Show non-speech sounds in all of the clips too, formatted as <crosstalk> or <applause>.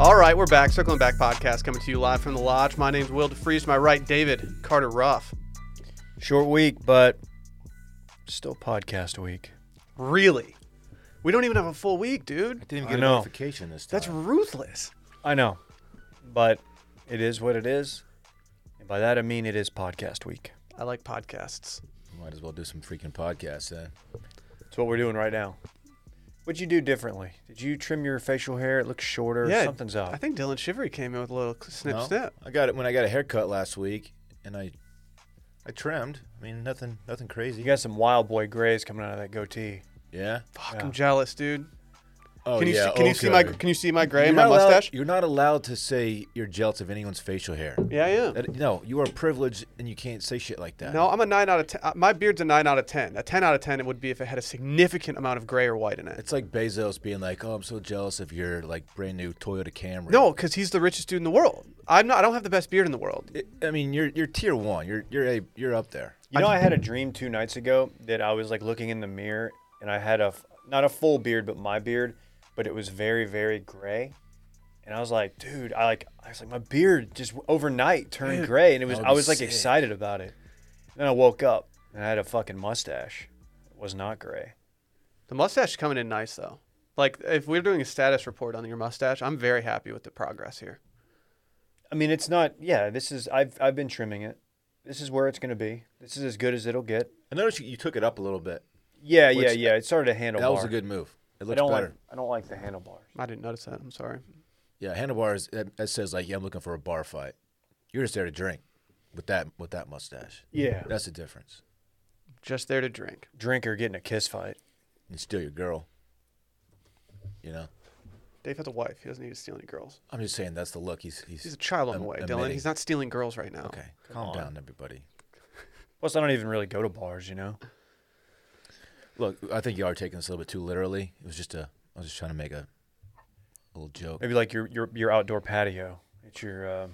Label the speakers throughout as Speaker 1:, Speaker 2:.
Speaker 1: right, we're back. Circling Back podcast coming to you live from the lodge. My name's Will DeFreeze. To my right, David Carter Ruff.
Speaker 2: Short week, but still podcast week.
Speaker 1: Really? We don't even have a full week, dude.
Speaker 3: Didn't even
Speaker 2: I
Speaker 3: get a
Speaker 2: know.
Speaker 3: notification this time.
Speaker 1: That's ruthless.
Speaker 2: I know, but it is what it is. And by that I mean it is podcast week.
Speaker 1: I like podcasts.
Speaker 3: Might as well do some freaking podcasts then.
Speaker 2: That's what we're doing right now. What'd you do differently? Did you trim your facial hair? It looks shorter. Something's up.
Speaker 1: I think Dylan Shivery came in with a little snip
Speaker 3: No?
Speaker 1: snip.
Speaker 3: I got it when I got a haircut last week, and I, I trimmed. I mean, nothing, nothing crazy.
Speaker 2: you got some wild boy grays coming out of that goatee.
Speaker 3: yeah.
Speaker 1: Fuck,
Speaker 2: Yeah.
Speaker 1: I'm jealous, dude.
Speaker 3: Oh
Speaker 1: Can you
Speaker 3: yeah.
Speaker 1: see, can you see my
Speaker 3: okay.
Speaker 1: can you see my gray
Speaker 3: You're
Speaker 1: and my
Speaker 3: not allowed-
Speaker 1: mustache?
Speaker 3: you're not allowed to say you're jealous of anyone's facial hair.
Speaker 1: yeah, I am.
Speaker 3: That- no, you are privileged, and you can't say shit like that.
Speaker 1: No, I'm a nine out of ten. uh, My beard's a nine out of ten. A ten out of ten it would be if it had a significant amount of gray or white in it.
Speaker 3: It's like Bezos being like, "Oh, I'm so jealous of your like brand new Toyota Camry."
Speaker 1: No, because he's the richest dude in the world. I'm not. I don't have the best beard in the world.
Speaker 3: It- I mean you're you're tier one. You're you're a, you're up there.
Speaker 2: You know, I had a dream two nights ago that I was like looking in the mirror and I had a f- not a full beard, but my beard, but it was very, very gray. And I was like, dude, I like, I was like, my beard just overnight turned gray, and it was,
Speaker 3: that would
Speaker 2: I
Speaker 3: be
Speaker 2: was like
Speaker 3: sick.
Speaker 2: excited about it. And then I woke up and I had a fucking mustache. It was not gray.
Speaker 1: The mustache is coming in nice though. Like if we're doing a status report on your mustache, I'm very happy with the progress here.
Speaker 2: I mean, it's not. Yeah, this is. I've, I've been trimming it. This is where it's gonna be. This is as good as it'll get.
Speaker 3: I noticed you, you took it up a little bit.
Speaker 2: Yeah, yeah,
Speaker 3: Which-
Speaker 2: yeah. It started a handlebar.
Speaker 3: That was a good move. It
Speaker 2: I
Speaker 3: looks
Speaker 2: don't
Speaker 3: better.
Speaker 2: like. I don't like the handlebar.
Speaker 1: I didn't notice that. I'm sorry.
Speaker 3: Yeah, handlebars that, that says like, yeah, I'm looking for a bar fight. You're just there to drink with that with that mustache.
Speaker 2: Yeah.
Speaker 3: That's the difference.
Speaker 1: Just there to drink.
Speaker 2: Drinker getting a kiss fight.
Speaker 3: You steal your girl. You know,
Speaker 1: Dave has a wife. He doesn't need to steal any girls.
Speaker 3: I'm just saying that's the look. He's he's,
Speaker 1: He's a child on the
Speaker 3: Am-
Speaker 1: way, Dylan.
Speaker 3: admitting.
Speaker 1: He's not stealing girls right now.
Speaker 3: okay. Calm down, everybody.
Speaker 2: Plus, I don't even really go to bars, you know.
Speaker 3: Look, I think you are taking this a little bit too literally. It was just a. I was just trying to make a, little joke.
Speaker 2: Maybe like your your your outdoor patio at your um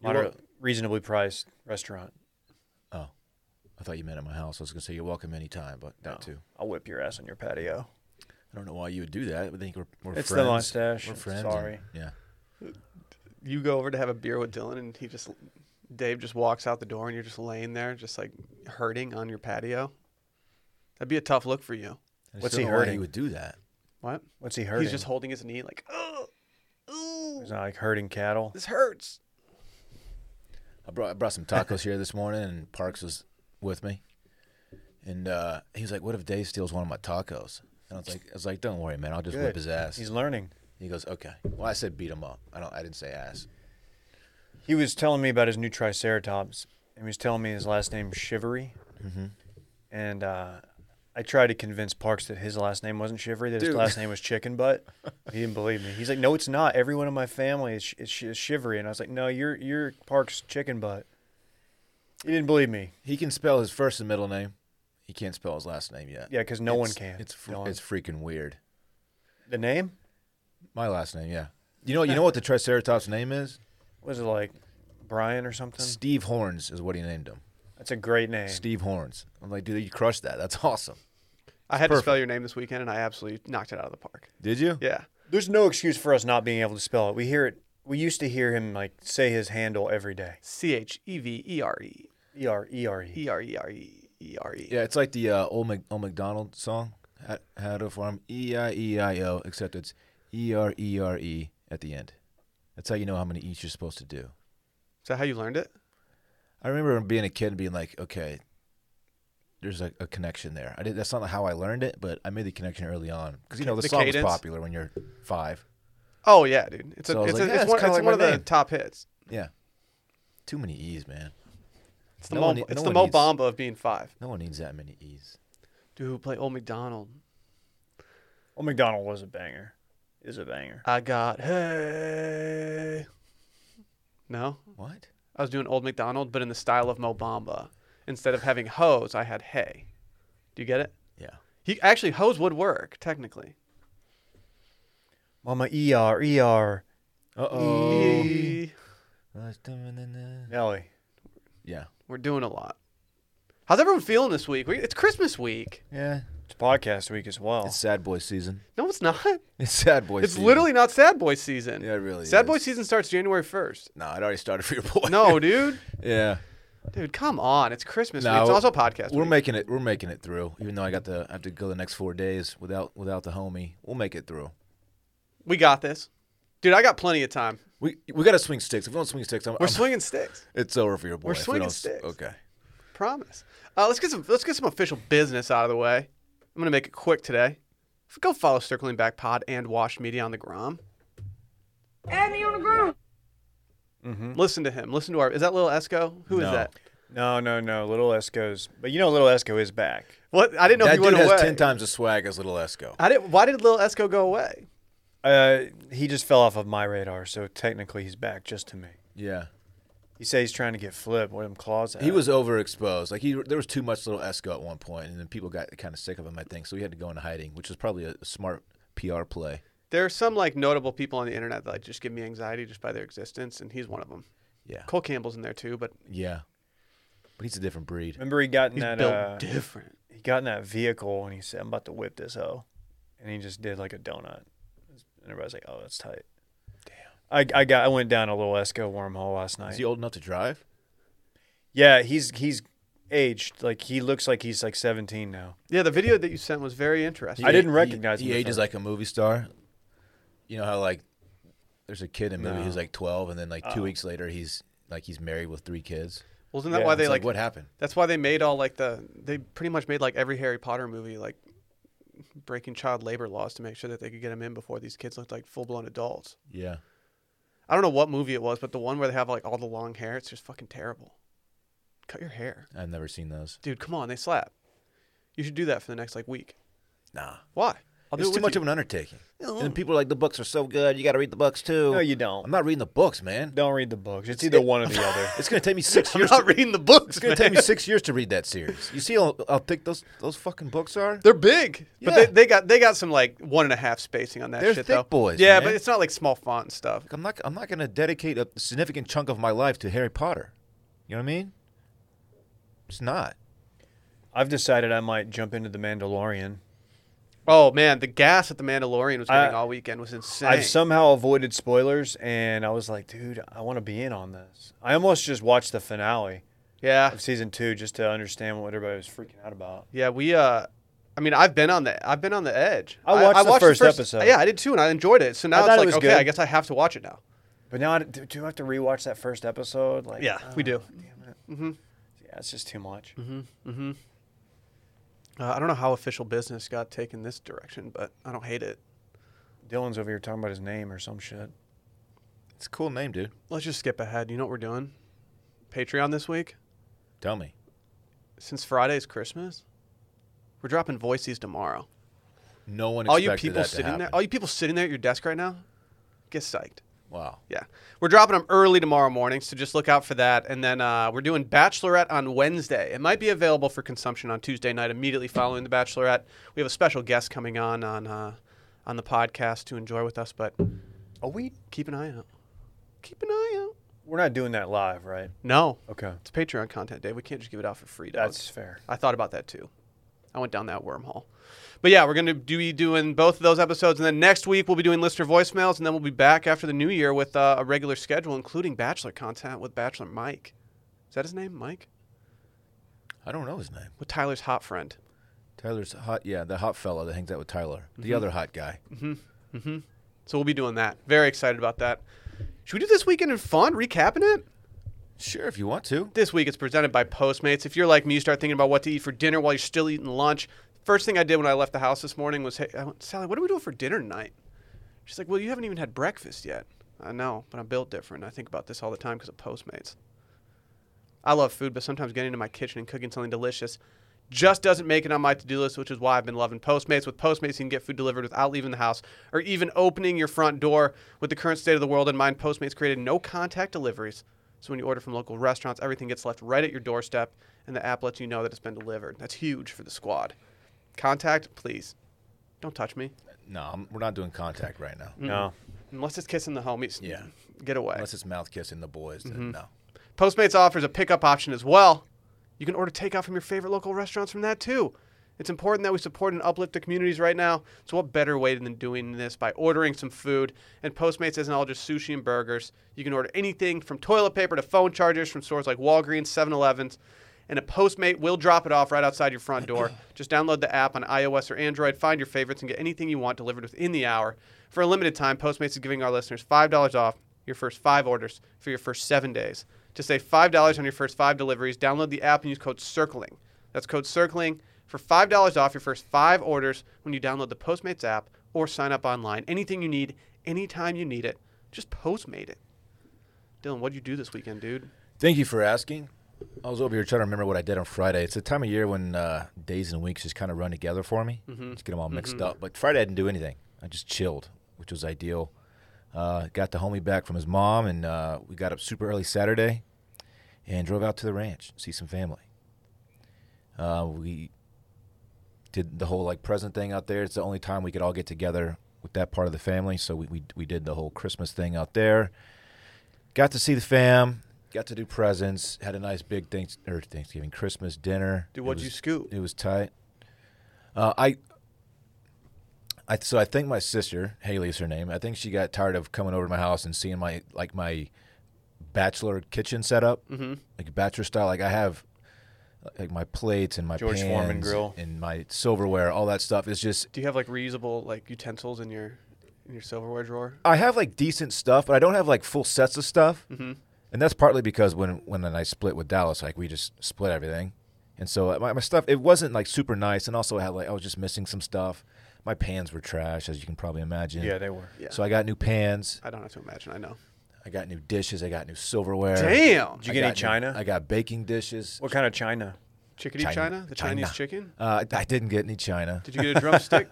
Speaker 3: Your
Speaker 2: moderate,
Speaker 3: what?
Speaker 2: reasonably priced restaurant.
Speaker 3: Oh, I thought you meant at my house. I was gonna say you're welcome anytime, but that too.
Speaker 2: I'll whip your ass on your patio.
Speaker 3: I don't know why you would do that. I think we're, we're
Speaker 2: It's the
Speaker 3: friends.
Speaker 2: mustache.
Speaker 3: We're friends. and-
Speaker 2: Sorry.
Speaker 3: yeah.
Speaker 1: You go over to have a beer with Dylan, and he just Dave just walks out the door, and you're just laying there, just like hurting on your patio. That'd be a tough look for you.
Speaker 3: I
Speaker 2: What's
Speaker 3: still
Speaker 2: he
Speaker 3: don't know why
Speaker 2: hurting?
Speaker 3: He would do that.
Speaker 1: What?
Speaker 2: What's he hurting?
Speaker 1: He's just holding his knee, like, oh, ooh,
Speaker 2: He's not like herding cattle.
Speaker 1: this hurts.
Speaker 3: I brought I brought some tacos here this morning, and Parks was with me, and uh, he was like, "What if Dave steals one of my tacos?" And I was like, "I was like, don't worry, man. I'll just whip
Speaker 2: Good.
Speaker 3: his ass."
Speaker 2: He's learning.
Speaker 3: he goes, "Okay." Well, I said beat him up. I don't. I didn't say ass.
Speaker 2: He was telling me about his new triceratops, and he was telling me his last name Shivery.
Speaker 3: Mm-hmm.
Speaker 2: And uh, I tried to convince Parks that his last name wasn't Shivery, that his
Speaker 3: Dude.
Speaker 2: last name was Chicken
Speaker 3: <laughs>
Speaker 2: Butt. he didn't believe me. He's like, "No, it's not. Everyone in my family is, is, is Shivery." And I was like, "No, you're you're Parks Chicken Butt." He didn't believe me.
Speaker 3: He can spell his first and middle name. He can't spell his last name yet.
Speaker 2: Yeah, because no one
Speaker 3: It's-
Speaker 2: can.
Speaker 3: It's fr-
Speaker 2: No one-
Speaker 3: it's freaking weird.
Speaker 2: the name.
Speaker 3: My last name, yeah. You know, you know what the Triceratops' name is?
Speaker 2: <laughs> Was it like Brian or something?
Speaker 3: Steve Horns is what he named him.
Speaker 2: That's a great name.
Speaker 3: Steve Horns. I'm like, dude, you crushed that. That's awesome.
Speaker 1: I had to
Speaker 3: perfect.
Speaker 1: spell your name this weekend, and I absolutely knocked it out of the park.
Speaker 3: Did you?
Speaker 1: Yeah.
Speaker 2: There's no excuse for us not being able to spell it. We hear it. We used to hear him like say his handle every day.
Speaker 1: C H E V E R E
Speaker 2: E R E R E.
Speaker 1: E R E R E E R E.
Speaker 3: Yeah, it's like the uh, old, Mac- old McDonald song, How- How to Farm, E I E I O, except it's E R E R E at the end. That's how you know how many eats you're supposed to do.
Speaker 1: Is that how you learned it?
Speaker 3: I remember being a kid and being like, okay, there's a, a connection there. I did, that's not how I learned it, but I made the connection early on because you know the,
Speaker 1: The
Speaker 3: song
Speaker 1: cadence?
Speaker 3: was popular when you're five.
Speaker 1: Oh yeah, dude. It's a,
Speaker 3: So I was
Speaker 1: it's,
Speaker 3: like,
Speaker 1: a,
Speaker 3: yeah,
Speaker 1: it's,
Speaker 3: it's
Speaker 1: one, it's
Speaker 3: kinda like
Speaker 1: one
Speaker 3: my
Speaker 1: of the
Speaker 3: name.
Speaker 1: top hits.
Speaker 3: Yeah, too many E's, man.
Speaker 1: It's the
Speaker 3: No
Speaker 1: Mo,
Speaker 3: one-
Speaker 1: it's
Speaker 3: no
Speaker 1: the
Speaker 3: one
Speaker 1: Mo
Speaker 3: needs-
Speaker 1: Bamba of being five.
Speaker 3: No one needs that many E's.
Speaker 1: Dude, play Old McDonald.
Speaker 2: Well, McDonald was a banger. Is a banger.
Speaker 1: I got hey. No,
Speaker 3: What?
Speaker 1: I was doing Old McDonald, but in the style of Mo Bamba. Instead of having hoes, I had hey. Do you get it?
Speaker 3: Yeah.
Speaker 1: He actually hoes would work technically.
Speaker 2: Mama E R E R.
Speaker 3: Uh oh.
Speaker 1: E-
Speaker 2: Nelly.
Speaker 3: Yeah.
Speaker 1: We're doing a lot. How's everyone feeling this week? We- It's Christmas week.
Speaker 3: Yeah.
Speaker 2: It's podcast week as well.
Speaker 3: It's sad boy season. <laughs>
Speaker 1: No, it's not.
Speaker 3: It's sad boy
Speaker 1: it's
Speaker 3: season.
Speaker 1: literally not sad boy season.
Speaker 3: Yeah, it really
Speaker 1: Sad
Speaker 3: is.
Speaker 1: boy season starts January
Speaker 3: <laughs>
Speaker 1: first.
Speaker 3: No, it already started for your boy.
Speaker 1: No, dude,
Speaker 3: yeah.
Speaker 1: dude, come on. It's Christmas.
Speaker 3: No,
Speaker 1: week. It's also podcast.
Speaker 3: We're
Speaker 1: week.
Speaker 3: making it. We're making it through. Even though I got the, I have to go the next four days without without the homie. We'll make it through.
Speaker 1: we got this, dude. I got plenty of time.
Speaker 3: We we got to swing sticks. If we don't swing sticks, I'm,
Speaker 1: We're
Speaker 3: I'm-
Speaker 1: swinging sticks.
Speaker 3: it's over for your boy.
Speaker 1: we're
Speaker 3: if we
Speaker 1: swinging
Speaker 3: don't s-
Speaker 1: sticks.
Speaker 3: Okay.
Speaker 1: Promise. Uh, let's get some. Let's get some official business out of the way. I'm gonna make it quick today. Go follow Circling Back Pod and Wash Media on the Grom.
Speaker 4: Add me on the ground.
Speaker 1: Listen to him. Listen to our. Is that Lil Esco? Who is
Speaker 3: Mm-hmm. No.
Speaker 1: that?
Speaker 2: No, no, no. Little Esco's, but you know, Little Esco is back.
Speaker 1: What? I didn't know
Speaker 3: that
Speaker 1: he
Speaker 3: dude
Speaker 1: went
Speaker 3: has
Speaker 1: away.
Speaker 3: ten times the swag as Little Esco.
Speaker 1: I didn't. Why did Lil Esco go away?
Speaker 2: Uh, he just fell off of my radar, so technically he's back just to me.
Speaker 3: Yeah.
Speaker 2: He says he's trying to get flipped. What them claws?
Speaker 3: He
Speaker 2: out.
Speaker 3: was overexposed. Like he, there was too much Little Esco at one point, and then people got kind of sick of him. I think so. He had to go into hiding, which was probably a smart PR play.
Speaker 1: There are some like notable people on the internet that like just give me anxiety just by their existence, and he's one of them.
Speaker 3: Yeah.
Speaker 1: Cole Campbell's in there too, but
Speaker 3: Yeah. But he's a different breed.
Speaker 2: Remember he got in
Speaker 1: he's
Speaker 2: that
Speaker 1: built
Speaker 2: uh,
Speaker 1: different.
Speaker 2: he got in that vehicle and he said, "I'm about to whip this hoe," and he just did like a donut. And everybody's like, "Oh, that's tight." Damn. I, I got I went down a little Esco wormhole last night.
Speaker 3: Is he old enough to drive?
Speaker 2: yeah, he's he's aged. Like he looks like he's like 17 now.
Speaker 1: Yeah, the video that you sent was very interesting.
Speaker 2: I didn't
Speaker 3: He-
Speaker 2: recognize
Speaker 3: He,
Speaker 2: him at
Speaker 3: ages
Speaker 2: first.
Speaker 3: like a movie star. You know how like there's a kid in a movie who's like 12, and then like two weeks later he's like he's married with three kids.
Speaker 1: Wasn't that
Speaker 2: Yeah,
Speaker 1: why
Speaker 2: it's
Speaker 1: they
Speaker 3: It's
Speaker 1: like?
Speaker 3: like what happened?
Speaker 1: That's why they made all like the. They pretty much made like every Harry Potter movie like breaking child labor laws to make sure that they could get him in before these kids looked like full blown adults.
Speaker 3: Yeah.
Speaker 1: I don't know what movie it was, but the one where they have like all the long hair, it's just fucking terrible. Cut your hair,
Speaker 3: I've never seen those.
Speaker 1: dude. Come on, they slap. You should do that for the next like week.
Speaker 3: Nah.
Speaker 1: Why? I'll do
Speaker 3: It's
Speaker 1: it
Speaker 3: too
Speaker 1: with
Speaker 3: much
Speaker 1: you.
Speaker 3: of an undertaking. And then people are like, the books are so good. You got to read the books too.
Speaker 2: No, you don't.
Speaker 3: I'm not reading the books, man.
Speaker 2: Don't read the books. It's either one or the other.
Speaker 3: It's gonna
Speaker 1: <laughs>
Speaker 3: take me six
Speaker 1: I'm
Speaker 3: years.
Speaker 1: not
Speaker 3: To,
Speaker 1: reading the books.
Speaker 3: it's gonna take <laughs> me six years to read that series. You see how, how thick those those fucking books are?
Speaker 1: They're big, but
Speaker 3: Yeah.
Speaker 1: they, they got they got some like one and a half spacing on that
Speaker 3: They're
Speaker 1: shit
Speaker 3: thick
Speaker 1: though.
Speaker 3: boys,
Speaker 1: yeah,
Speaker 3: man.
Speaker 1: but it's not like small font and stuff.
Speaker 3: Like, I'm not I'm not gonna dedicate a significant chunk of my life to Harry Potter. You know what I mean? It's not.
Speaker 2: <laughs> I've decided I might jump into the Mandalorian.
Speaker 1: Oh man, the gas that the Mandalorian was getting
Speaker 2: I-
Speaker 1: all weekend was insane.
Speaker 2: I've somehow avoided spoilers, and I was like, dude, I want to be in on this. I almost just watched the finale
Speaker 1: yeah,
Speaker 2: of season two just to understand what everybody was freaking out about.
Speaker 1: yeah. We uh, I mean, I've been on the I've been on the edge.
Speaker 2: I watched the first episode.
Speaker 1: Yeah, I did too, and I enjoyed it. So now
Speaker 2: I thought
Speaker 1: it's
Speaker 2: it
Speaker 1: like
Speaker 2: was
Speaker 1: okay,
Speaker 2: good.
Speaker 1: I guess I have to watch it now.
Speaker 2: But now, I, do, do I have to rewatch that first episode? Like,
Speaker 1: Yeah,
Speaker 2: oh,
Speaker 1: we do.
Speaker 2: Damn it. Yeah, it's just too much.
Speaker 1: Uh, I don't know how official business got taken this direction, but I don't hate it.
Speaker 2: Dylan's over here talking about his name or some shit.
Speaker 3: It's a cool name, dude.
Speaker 1: Let's just skip ahead. You know what we're doing? Patreon this week.
Speaker 3: Tell me.
Speaker 1: Since Friday's Christmas, we're dropping Voices tomorrow.
Speaker 3: No one.
Speaker 1: all you
Speaker 3: expected
Speaker 1: people
Speaker 3: that to
Speaker 1: sitting there,
Speaker 3: happen.
Speaker 1: all you people sitting there at your desk right now, get psyched.
Speaker 3: wow.
Speaker 1: Yeah, we're dropping them early tomorrow morning, so just look out for that. And then uh, we're doing Bachelorette on Wednesday. It might be available for consumption on Tuesday night, immediately following the Bachelorette. We have a special guest coming on on uh, on the podcast to enjoy with us, but
Speaker 2: Are we?
Speaker 1: keep an eye out. Keep an eye out.
Speaker 2: We're not doing that live, right?
Speaker 1: No,
Speaker 2: Okay.
Speaker 1: it's Patreon content, Dave. We can't just give it out for free. Dog.
Speaker 2: That's fair.
Speaker 1: I thought about that too. I went down that wormhole. But yeah, we're going to do, be doing both of those episodes. And then next week, we'll be doing listener voicemails. And then we'll be back after the new year with uh, a regular schedule, including Bachelor content with Bachelor Mike. Is that his name? Mike?
Speaker 3: I don't know his name.
Speaker 1: With Tyler's hot friend.
Speaker 3: Tyler's hot. Yeah, the hot fella that hangs out with Tyler,
Speaker 1: Mm-hmm.
Speaker 3: the other hot guy.
Speaker 1: So we'll be doing that. Very excited about that. Should we do this weekend in fun, recapping it?
Speaker 3: Sure, if you want to.
Speaker 1: This week it's presented by Postmates. If you're like me, you start thinking about what to eat for dinner while you're still eating lunch. First thing I did when I left the house this morning was, hey, I went, Sally, what are we doing for dinner tonight? She's like, well, you haven't even had breakfast yet. I know, but I'm built different. I think about this all the time because of Postmates. I love food, but sometimes getting into my kitchen and cooking something delicious just doesn't make it on my to-do list, which is why I've been loving Postmates. With Postmates, you can get food delivered without leaving the house or even opening your front door. With the current state of the world in mind, Postmates created no-contact deliveries. So when you order from local restaurants, everything gets left right at your doorstep, and the app lets you know that it's been delivered. That's huge for the squad. Contact, please. Don't touch me.
Speaker 3: No, I'm, we're not doing contact right now.
Speaker 2: No.
Speaker 1: Unless it's kissing the homies.
Speaker 3: Yeah.
Speaker 1: Get away.
Speaker 3: Unless it's mouth kissing the boys. Then
Speaker 1: Mm-hmm.
Speaker 3: No.
Speaker 1: Postmates offers a pickup option as well. You can order takeout from your favorite local restaurants from that too. It's important that we support and uplift the communities right now. So, what better way than doing this by ordering some food? And Postmates isn't all just sushi and burgers. You can order anything from toilet paper to phone chargers from stores like Walgreens, 7 Elevens. And a Postmate will drop it off right outside your front
Speaker 3: <clears throat>
Speaker 1: door. Just download the app on iOS or Android, find your favorites, and get anything you want delivered within the hour. For a limited time, Postmates is giving our listeners $5 off your first five orders for your first seven days. To save $5 on your first five deliveries, download the app and use code CIRCLING. That's code CIRCLING for $5 off your first five orders when you download the Postmates app or sign up online. Anything you need, anytime you need it, just Postmate it. Dylan, what'd you do this weekend, dude?
Speaker 3: Thank you for asking. I was over here trying to remember what I did on Friday. It's the time of year when uh, days and weeks just kind of run together for me. Just get them all mixed up. But Friday I didn't do anything. I just chilled, which was ideal. Uh, got the homie back from his mom, and uh, we got up super early Saturday and drove out to the ranch see some family. Uh, we did the whole like present thing out there. It's the only time we could all get together with that part of the family. So we we, we did the whole Christmas thing out there. Got to see the fam. Got to do presents. Had a nice big thanks or Thanksgiving Christmas dinner.
Speaker 1: Dude,
Speaker 3: It
Speaker 1: what'd you
Speaker 3: was-
Speaker 1: scoop?
Speaker 3: It was tight. Uh, I. I, so I think my sister Haley is her name. I think she got tired of coming over to my house and seeing my like my bachelor kitchen setup, mm-hmm. like bachelor style. Like I have like my plates and my
Speaker 2: George
Speaker 3: pans
Speaker 2: Foreman grill.
Speaker 3: and my silverware, all that stuff. It's just
Speaker 1: Do you have like reusable like utensils in your in your silverware drawer?
Speaker 3: I have like decent stuff, but I don't have like full sets of stuff. Mm-hmm. And that's partly because when when I split with Dallas, like we just split everything, and so uh, my, my stuff it wasn't like super nice, and also I had like I was just missing some stuff. My pans were trash, as you can probably imagine.
Speaker 2: Yeah, they were.
Speaker 1: Yeah.
Speaker 3: So I got new pans.
Speaker 1: I don't have to imagine. I know.
Speaker 3: I got new dishes. I got new silverware.
Speaker 1: Damn,
Speaker 2: Did you get any
Speaker 3: I got new-
Speaker 2: china?
Speaker 3: I got baking dishes.
Speaker 2: What kind of china?
Speaker 1: chickadee China, the Chinese
Speaker 3: <laughs>
Speaker 1: chicken.
Speaker 3: Uh, I didn't get any china.
Speaker 1: Did you get a
Speaker 3: <laughs>
Speaker 1: drumstick?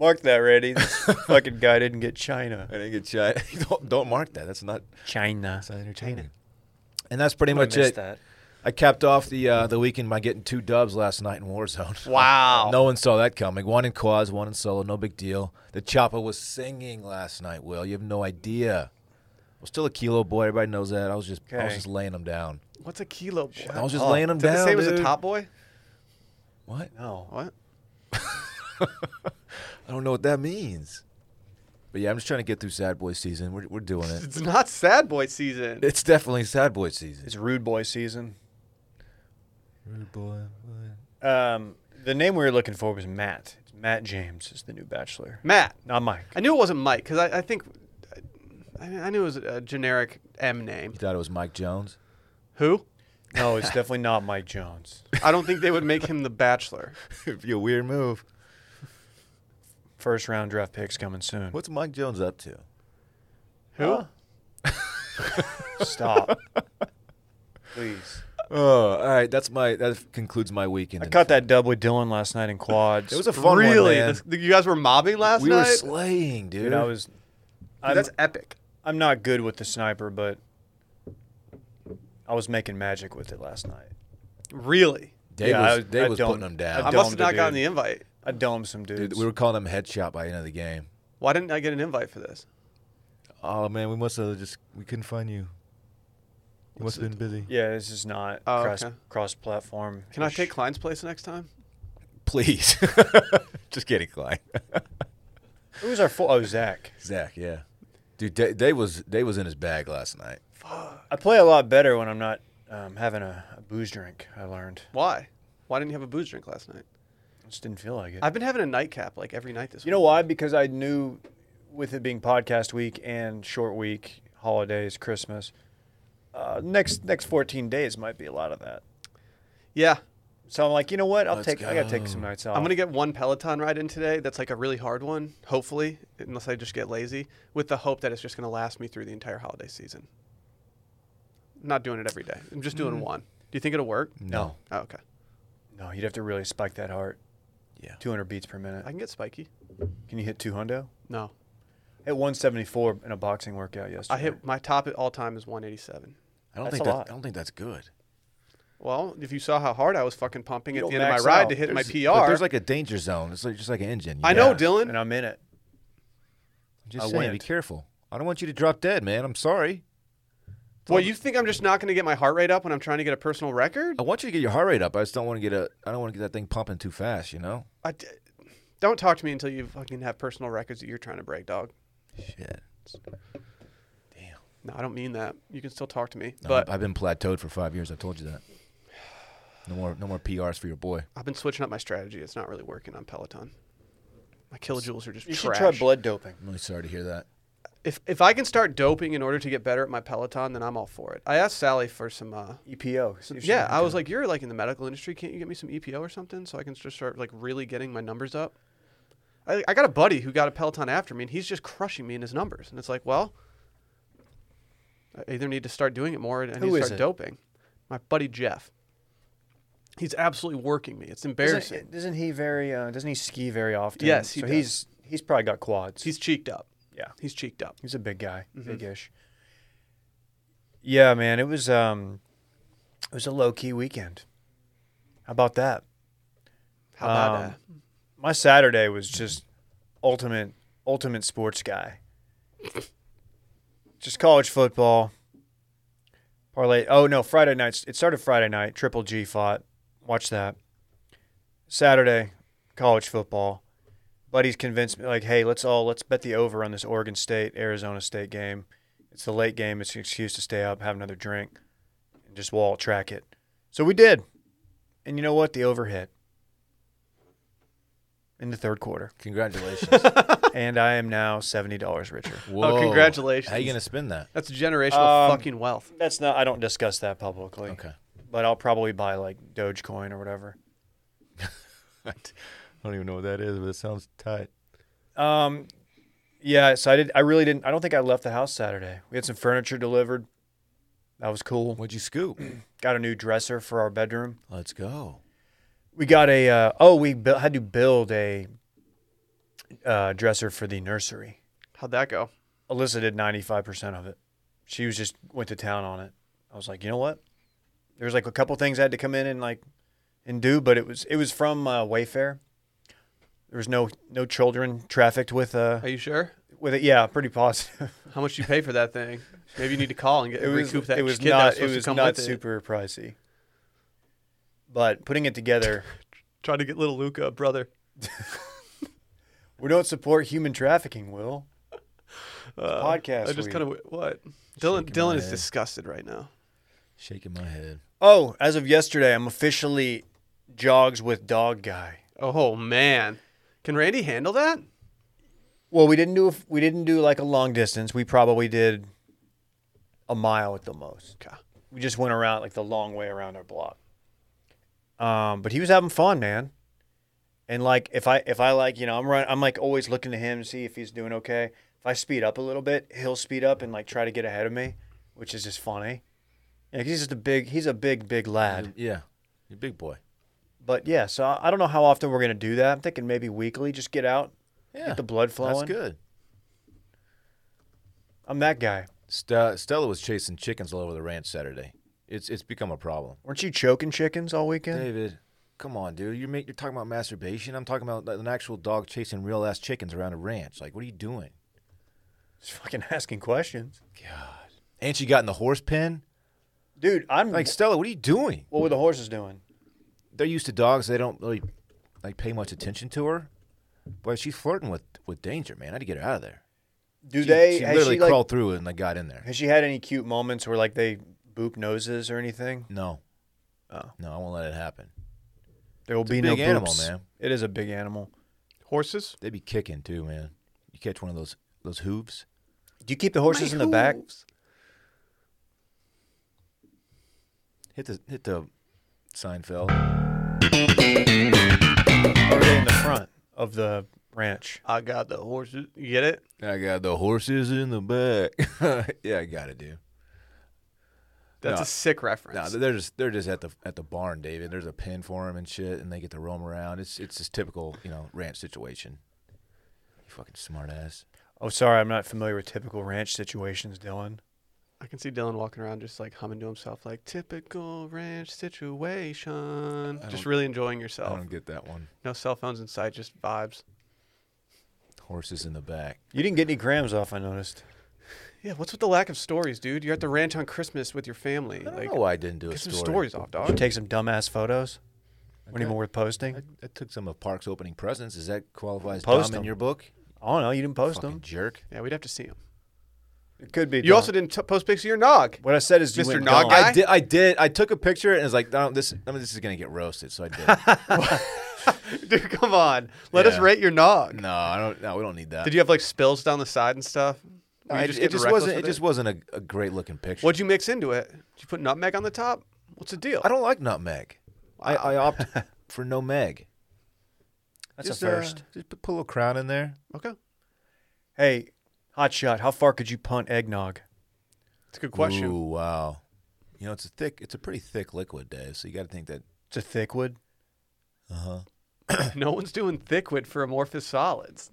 Speaker 2: Mark that, ready.
Speaker 3: <laughs>
Speaker 2: This fucking guy didn't get china.
Speaker 3: I didn't get china. <laughs> don't, don't mark that. That's not.
Speaker 2: China.
Speaker 3: That's not entertaining. And that's pretty much it.
Speaker 2: that.
Speaker 3: I capped off the uh, the weekend by getting two dubs last night in Warzone.
Speaker 1: Wow.
Speaker 3: no one saw that coming. One in quads, one in solo. No big deal. The chopper was singing last night. Will you have no idea? I was still a kilo boy. Everybody knows that. I was just I was
Speaker 2: Okay.
Speaker 3: just laying them down.
Speaker 1: What's a kilo? Boy?
Speaker 3: I was just
Speaker 2: up.
Speaker 3: laying them
Speaker 1: Is that
Speaker 3: down.
Speaker 1: the same as
Speaker 3: dude.
Speaker 1: a top boy?
Speaker 3: What?
Speaker 2: No.
Speaker 1: What?
Speaker 3: I don't know what that means. But yeah, I'm just trying to get through sad boy season. We're we're doing it.
Speaker 1: It's not sad boy season.
Speaker 3: <laughs> It's definitely sad boy season.
Speaker 2: It's rude boy season.
Speaker 3: Rude boy.
Speaker 2: Um, the name we were looking for was Matt. It's Matt James is the new bachelor.
Speaker 1: Matt,
Speaker 2: Not Mike.
Speaker 1: I knew it wasn't Mike because I, I think I, I knew it was a generic M name.
Speaker 3: You thought it was Mike Jones?
Speaker 1: Who?
Speaker 2: No, it's definitely not Mike Jones.
Speaker 1: I don't think they would make him the Bachelor.
Speaker 3: <laughs> It'd be a weird move.
Speaker 2: First round draft picks coming soon.
Speaker 3: What's Mike Jones up to? <laughs>
Speaker 1: Who?
Speaker 2: <laughs> Stop. Please.
Speaker 3: Oh, all right. That's my. That concludes my weekend.
Speaker 2: I caught that dub with Dylan last night in quads.
Speaker 3: It was a fun
Speaker 1: really?
Speaker 3: one, man.
Speaker 1: This- you guys were mobbing last
Speaker 3: we
Speaker 1: night.
Speaker 3: were slaying, dude.
Speaker 2: dude. I was.
Speaker 1: Dude,
Speaker 2: I'm,
Speaker 1: that's epic.
Speaker 2: I'm not good with the sniper, but I was making magic with it last night.
Speaker 1: Really?
Speaker 3: Dave
Speaker 2: yeah, I was-
Speaker 3: was, Dave
Speaker 2: I
Speaker 3: was
Speaker 2: don't-
Speaker 3: putting them down.
Speaker 1: I
Speaker 2: I
Speaker 1: must have
Speaker 2: domed
Speaker 1: not
Speaker 2: it,
Speaker 1: gotten
Speaker 2: dude.
Speaker 1: the invite.
Speaker 2: I domed some dudes.
Speaker 3: Dude, we were calling him headshot by the end of the game.
Speaker 1: Why didn't I get an invite for this?
Speaker 3: Oh man, we must have just we couldn't find you. You must have been busy.
Speaker 2: yeah, this is not
Speaker 1: Oh,
Speaker 2: cross
Speaker 1: okay.
Speaker 2: cross platform.
Speaker 1: Can I take Klein's place next time?
Speaker 3: Please, <laughs> just kidding, Klein.
Speaker 2: Who was our full? Oh, Zach.
Speaker 3: <laughs> Zach, yeah, dude, Da- Dave was Dave was in his bag last night.
Speaker 2: I play a lot better when I'm not um, having a, a booze drink. I learned.
Speaker 1: Why? Why didn't you have a booze drink last night?
Speaker 2: I just didn't feel like it.
Speaker 1: I've been having a nightcap like every night this
Speaker 2: you
Speaker 1: week.
Speaker 2: know why? Because I knew, with it being podcast week and short week, holidays, Christmas, uh, next next 14 days might be a lot of that.
Speaker 1: Yeah.
Speaker 2: So I'm like, you know what? I'll
Speaker 3: Let's
Speaker 2: take. I gotta take
Speaker 3: go.
Speaker 2: some nights off.
Speaker 1: I'm gonna get one Peloton ride in today. That's like a really hard one, hopefully, unless I just get lazy, with the hope that it's just gonna last me through the entire holiday season. Not doing it every day. I'm just
Speaker 2: Mm.
Speaker 1: doing one. Do you think it'll work?
Speaker 3: No,
Speaker 1: Oh, okay.
Speaker 2: No, you'd have to really spike that heart.
Speaker 3: Yeah.
Speaker 2: 200 beats per minute.
Speaker 1: I can get spiky.
Speaker 2: Can you hit 200?
Speaker 1: No,
Speaker 2: Hit 174 in a boxing workout yesterday.
Speaker 1: I hit my top at all time is 187.
Speaker 3: I don't
Speaker 2: That's
Speaker 3: think
Speaker 2: a
Speaker 3: that,
Speaker 2: lot.
Speaker 3: I don't think that's good.
Speaker 1: Well, if you saw how hard I was fucking pumping
Speaker 2: You
Speaker 1: at the
Speaker 2: don't
Speaker 1: end of my
Speaker 2: max
Speaker 1: ride
Speaker 2: out.
Speaker 1: to hit my
Speaker 2: There's-
Speaker 1: PR,
Speaker 2: but
Speaker 3: But there's like a danger zone. It's like, just like an engine. you
Speaker 1: I
Speaker 3: know?
Speaker 1: know, Dylan.
Speaker 2: And I'm in it.
Speaker 3: I'm just
Speaker 2: I
Speaker 3: saying, be
Speaker 2: went.
Speaker 3: careful. I don't want you to drop dead, man. I'm sorry.
Speaker 1: Well, you think I'm just not going to get my heart rate up when I'm trying to get a personal record?
Speaker 2: Oh.
Speaker 3: I want you to get your heart rate up. I just don't want to get a. I don't want to get that thing pumping too fast. You know.
Speaker 1: I d- don't talk to me until you fucking have personal records that you're trying to break, dog.
Speaker 3: Shit.
Speaker 1: No, I don't mean that. You can still talk to me,
Speaker 3: No,
Speaker 1: but
Speaker 3: I've been plateaued for five years. I've told you that. No more. No more PRs for your boy.
Speaker 1: I've been switching up my strategy. It's not really working on Peloton. My kilojoules are just
Speaker 2: You should
Speaker 1: trash.
Speaker 2: try blood doping.
Speaker 3: I'm really sorry to hear that.
Speaker 1: if if I can start doping in order to get better at my Peloton, then I'm all for it. I asked Sally for some. Uh,
Speaker 2: E EPO. see if she
Speaker 1: yeah,
Speaker 2: can
Speaker 1: I
Speaker 2: do
Speaker 1: was
Speaker 2: it.
Speaker 1: like, "You're like in the medical industry. Can't you get me some EPO or something so I can just start like really getting my numbers up?" I, I got a buddy who got a Peloton after me, and he's just crushing me in his numbers. And it's like, well, I either need to start doing it more, and I need
Speaker 2: Who
Speaker 1: to
Speaker 2: is
Speaker 1: start
Speaker 2: it?
Speaker 1: doping. My buddy Jeff. He's absolutely working me. It's embarrassing.
Speaker 2: Doesn't, isn't he very? Uh, doesn't he ski very often?
Speaker 1: Yes, he
Speaker 2: so
Speaker 1: does.
Speaker 2: he's he's probably got quads.
Speaker 1: He's Mm-hmm. cheeked up.
Speaker 2: yeah.
Speaker 1: He's cheeked up.
Speaker 2: He's a big guy, big-ish. Yeah, man, it was um, it was a low key weekend. How about that?
Speaker 1: How about
Speaker 2: Um,
Speaker 1: that?
Speaker 2: My Saturday was just ultimate, ultimate sports guy. just college football. Parlay. Oh no, Friday nights. It started Friday night. Triple G fought. Watch that. Saturday, college football. Buddies convinced me like, hey, let's all let's bet the over on this Oregon State Arizona State game. It's the late game. It's an excuse to stay up, have another drink, and just wall track it. So we did. And you know what? The over hit in the third quarter,
Speaker 3: <laughs> Congratulations. Oh,
Speaker 2: and I am now seventy dollars richer.
Speaker 3: Whoa.
Speaker 1: congratulations.
Speaker 3: How you gonna spend that?
Speaker 1: That's generational
Speaker 2: um,
Speaker 1: fucking wealth.
Speaker 2: That's not. I don't discuss that publicly.
Speaker 3: Okay.
Speaker 2: But I'll probably buy like Dogecoin or whatever.
Speaker 3: <laughs> I don't even know what that is, but it sounds tight.
Speaker 2: Um, yeah. So I did. I really didn't. I don't think I left the house Saturday. We had some furniture delivered. That was cool.
Speaker 3: What'd you scoop?
Speaker 2: Got a new dresser for our bedroom.
Speaker 3: Let's go.
Speaker 2: We got a. Uh, oh, we bu- had to build a uh, dresser for the nursery.
Speaker 1: How'd that go?
Speaker 2: Alyssa did ninety five percent of it. She was just went to town on it. I was like, you know what? There was like a couple things I had to come in and like and do, but it was it was from uh, Wayfair. There was no no children trafficked with uh
Speaker 1: Are you sure?
Speaker 2: with it. Yeah, pretty positive. <laughs>
Speaker 1: How much you pay for that thing? Maybe you need to call and get
Speaker 2: it was
Speaker 1: recoup that
Speaker 2: it was
Speaker 1: kid
Speaker 2: not
Speaker 1: that was supposed
Speaker 2: it was
Speaker 1: to come
Speaker 2: not
Speaker 1: with
Speaker 2: super pricey. But putting it together,
Speaker 1: it. Try to get little Luca a brother.
Speaker 2: we don't support human trafficking. Will
Speaker 1: Uh,
Speaker 2: podcast
Speaker 1: I just
Speaker 2: week.
Speaker 1: kind of what Dylan.
Speaker 3: Shaking
Speaker 1: Dylan
Speaker 3: my
Speaker 1: is
Speaker 3: head.
Speaker 1: disgusted right now.
Speaker 3: Shaking my head.
Speaker 2: oh, as of yesterday, I'm officially jogs with dog guy.
Speaker 1: Oh man, can Randy handle that?
Speaker 2: Well, we didn't do a, we didn't do like a long distance. We probably did a mile at the most.
Speaker 1: Okay.
Speaker 2: We just went around like the long way around our block. Um, but he was having fun, man. And like if I if I like you know I'm run I'm like always looking to him to see if he's doing okay. If I speed up a little bit, he'll speed up and like try to get ahead of me, which is just funny. Yeah, 'cause he's just a big he's a big big lad.
Speaker 3: Yeah. You're a big boy.
Speaker 2: But yeah, so I I don't know how often we're gonna do that. I'm thinking maybe weekly. Just get out,
Speaker 3: Yeah.
Speaker 2: get the blood flowing.
Speaker 3: That's good.
Speaker 2: I'm that guy.
Speaker 3: Ste- Stella was chasing chickens all over the ranch Saturday. It's it's become a problem.
Speaker 2: Weren't you choking chickens all weekend?
Speaker 3: David, come on, dude. You're make, you're talking about masturbation. I'm talking about an actual dog chasing real ass chickens around a ranch. Like, what are you doing?
Speaker 2: Just fucking <laughs> asking questions.
Speaker 3: God. And she got in the horse pen.
Speaker 2: Dude, I'm
Speaker 3: Like, Stella, what are you doing?
Speaker 2: what were the horses doing?
Speaker 3: They're used to dogs. They don't really like pay much attention to her. But she's flirting with with danger, man. I had to get her out of there.
Speaker 2: Do
Speaker 3: She,
Speaker 2: they
Speaker 3: she
Speaker 2: has
Speaker 3: literally
Speaker 2: she, like,
Speaker 3: crawled through it and like got in there.
Speaker 2: has she had any cute moments where like they boop noses or anything?
Speaker 3: No.
Speaker 2: Oh.
Speaker 3: No, I won't let it happen.
Speaker 2: There will
Speaker 3: a
Speaker 2: be no
Speaker 3: big animal,
Speaker 2: boops.
Speaker 3: man.
Speaker 2: It is a big animal.
Speaker 1: Horses.
Speaker 3: They be kicking too, man. You catch one of those those hooves.
Speaker 2: Do you keep the horses in the back?
Speaker 1: hooves.
Speaker 3: Hit the hit the Seinfeld.
Speaker 2: Or are they in the front of the ranch?
Speaker 1: I got the horses. You get it?
Speaker 3: I got the horses in the back. <laughs> yeah, I gotta do.
Speaker 1: That's
Speaker 3: No.
Speaker 1: a sick
Speaker 3: No,
Speaker 1: reference.
Speaker 3: they're just they're just at the at the barn, David. There's a pen for them and shit, and they get to roam around. It's it's this typical you know ranch situation. You fucking smartass.
Speaker 2: Oh, sorry, I'm not familiar with typical ranch situations, Dylan.
Speaker 1: I can see Dylan walking around just like humming to himself, like typical ranch situation. Just really enjoying
Speaker 3: I
Speaker 1: yourself.
Speaker 3: don't get that one.
Speaker 1: No cell phones in sight, just vibes.
Speaker 3: Horses in the back.
Speaker 2: You didn't get any grams off, I noticed.
Speaker 1: Yeah, what's with the lack of stories, dude? You're at the ranch on Christmas with your family.
Speaker 3: I don't
Speaker 1: like,
Speaker 3: know why I didn't do a
Speaker 1: get some
Speaker 3: story.
Speaker 1: stories off,
Speaker 2: You
Speaker 1: dog.
Speaker 2: take some dumbass photos. Weren't even worth posting.
Speaker 3: I, I took some of Park's opening presents. Does that qualify as
Speaker 2: Post
Speaker 3: dumb
Speaker 2: them.
Speaker 3: in your book?
Speaker 2: I don't know. You didn't post
Speaker 3: Fucking
Speaker 2: them.
Speaker 3: jerk.
Speaker 1: Yeah, we'd have to see him.
Speaker 2: It could be.
Speaker 1: You
Speaker 2: dumb.
Speaker 1: also didn't t- post pics of your nog.
Speaker 2: What I said is you
Speaker 1: Mr.
Speaker 2: went
Speaker 1: Nog
Speaker 2: dumb.
Speaker 1: guy?
Speaker 3: I did. I did. I took a picture and was like, no, this. I mean, this is gonna get roasted. So I
Speaker 1: <laughs>
Speaker 3: did.
Speaker 1: Dude, come on. Let us
Speaker 3: Yeah.
Speaker 1: rate your nog.
Speaker 3: no, I don't. No, we don't need that.
Speaker 1: Did you have like spills down the side and stuff? Were you
Speaker 3: I- it
Speaker 1: getting
Speaker 3: just
Speaker 1: reckless
Speaker 3: wasn't. It
Speaker 1: with
Speaker 3: just wasn't a, a great looking picture.
Speaker 1: What'd you mix into it? Did you put nutmeg on the top? What's the deal?
Speaker 3: I don't like nutmeg. I, I
Speaker 1: <laughs>
Speaker 3: opt for no meg.
Speaker 2: That's
Speaker 3: just,
Speaker 2: a first.
Speaker 3: Uh, just put, put a little crown in there.
Speaker 1: Okay.
Speaker 2: hey, hot shot. How far could you punt eggnog?
Speaker 1: It's a good question.
Speaker 3: Ooh, wow. You know, it's a thick. It's a pretty thick liquid, Dave. So you got to think that.
Speaker 2: It's a thick wood.
Speaker 1: <laughs> No one's doing thickwit for amorphous solids.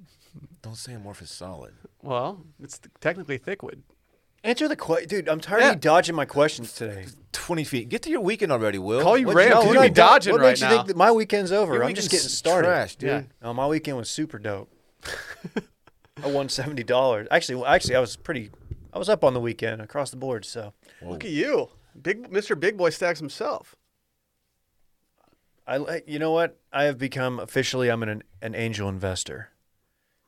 Speaker 3: Don't say amorphous solid.
Speaker 1: Well, it's th- technically thickwit.
Speaker 2: Answer the question, dude. I'm tired
Speaker 1: Yeah.
Speaker 2: of you dodging my questions today.
Speaker 3: Twenty feet. Get to your weekend already, Will.
Speaker 1: Call you
Speaker 3: What'd
Speaker 1: Ram,
Speaker 3: do?
Speaker 1: No, we're you be not- dodging
Speaker 2: what
Speaker 1: right
Speaker 2: makes you
Speaker 1: now.
Speaker 2: think that my weekend's over?
Speaker 3: Your
Speaker 2: I'm just
Speaker 3: weekend's
Speaker 2: getting started.
Speaker 3: trash, dude.
Speaker 1: Yeah.
Speaker 2: No, my weekend was super <laughs> dope. I won seventy dollars. Actually, well, actually, I was pretty. I was up on the weekend across the board. So
Speaker 1: Look at you. Big Mr. Big Boy Stacks himself.
Speaker 2: I, li- you know what? I have become officially. I'm an an angel investor.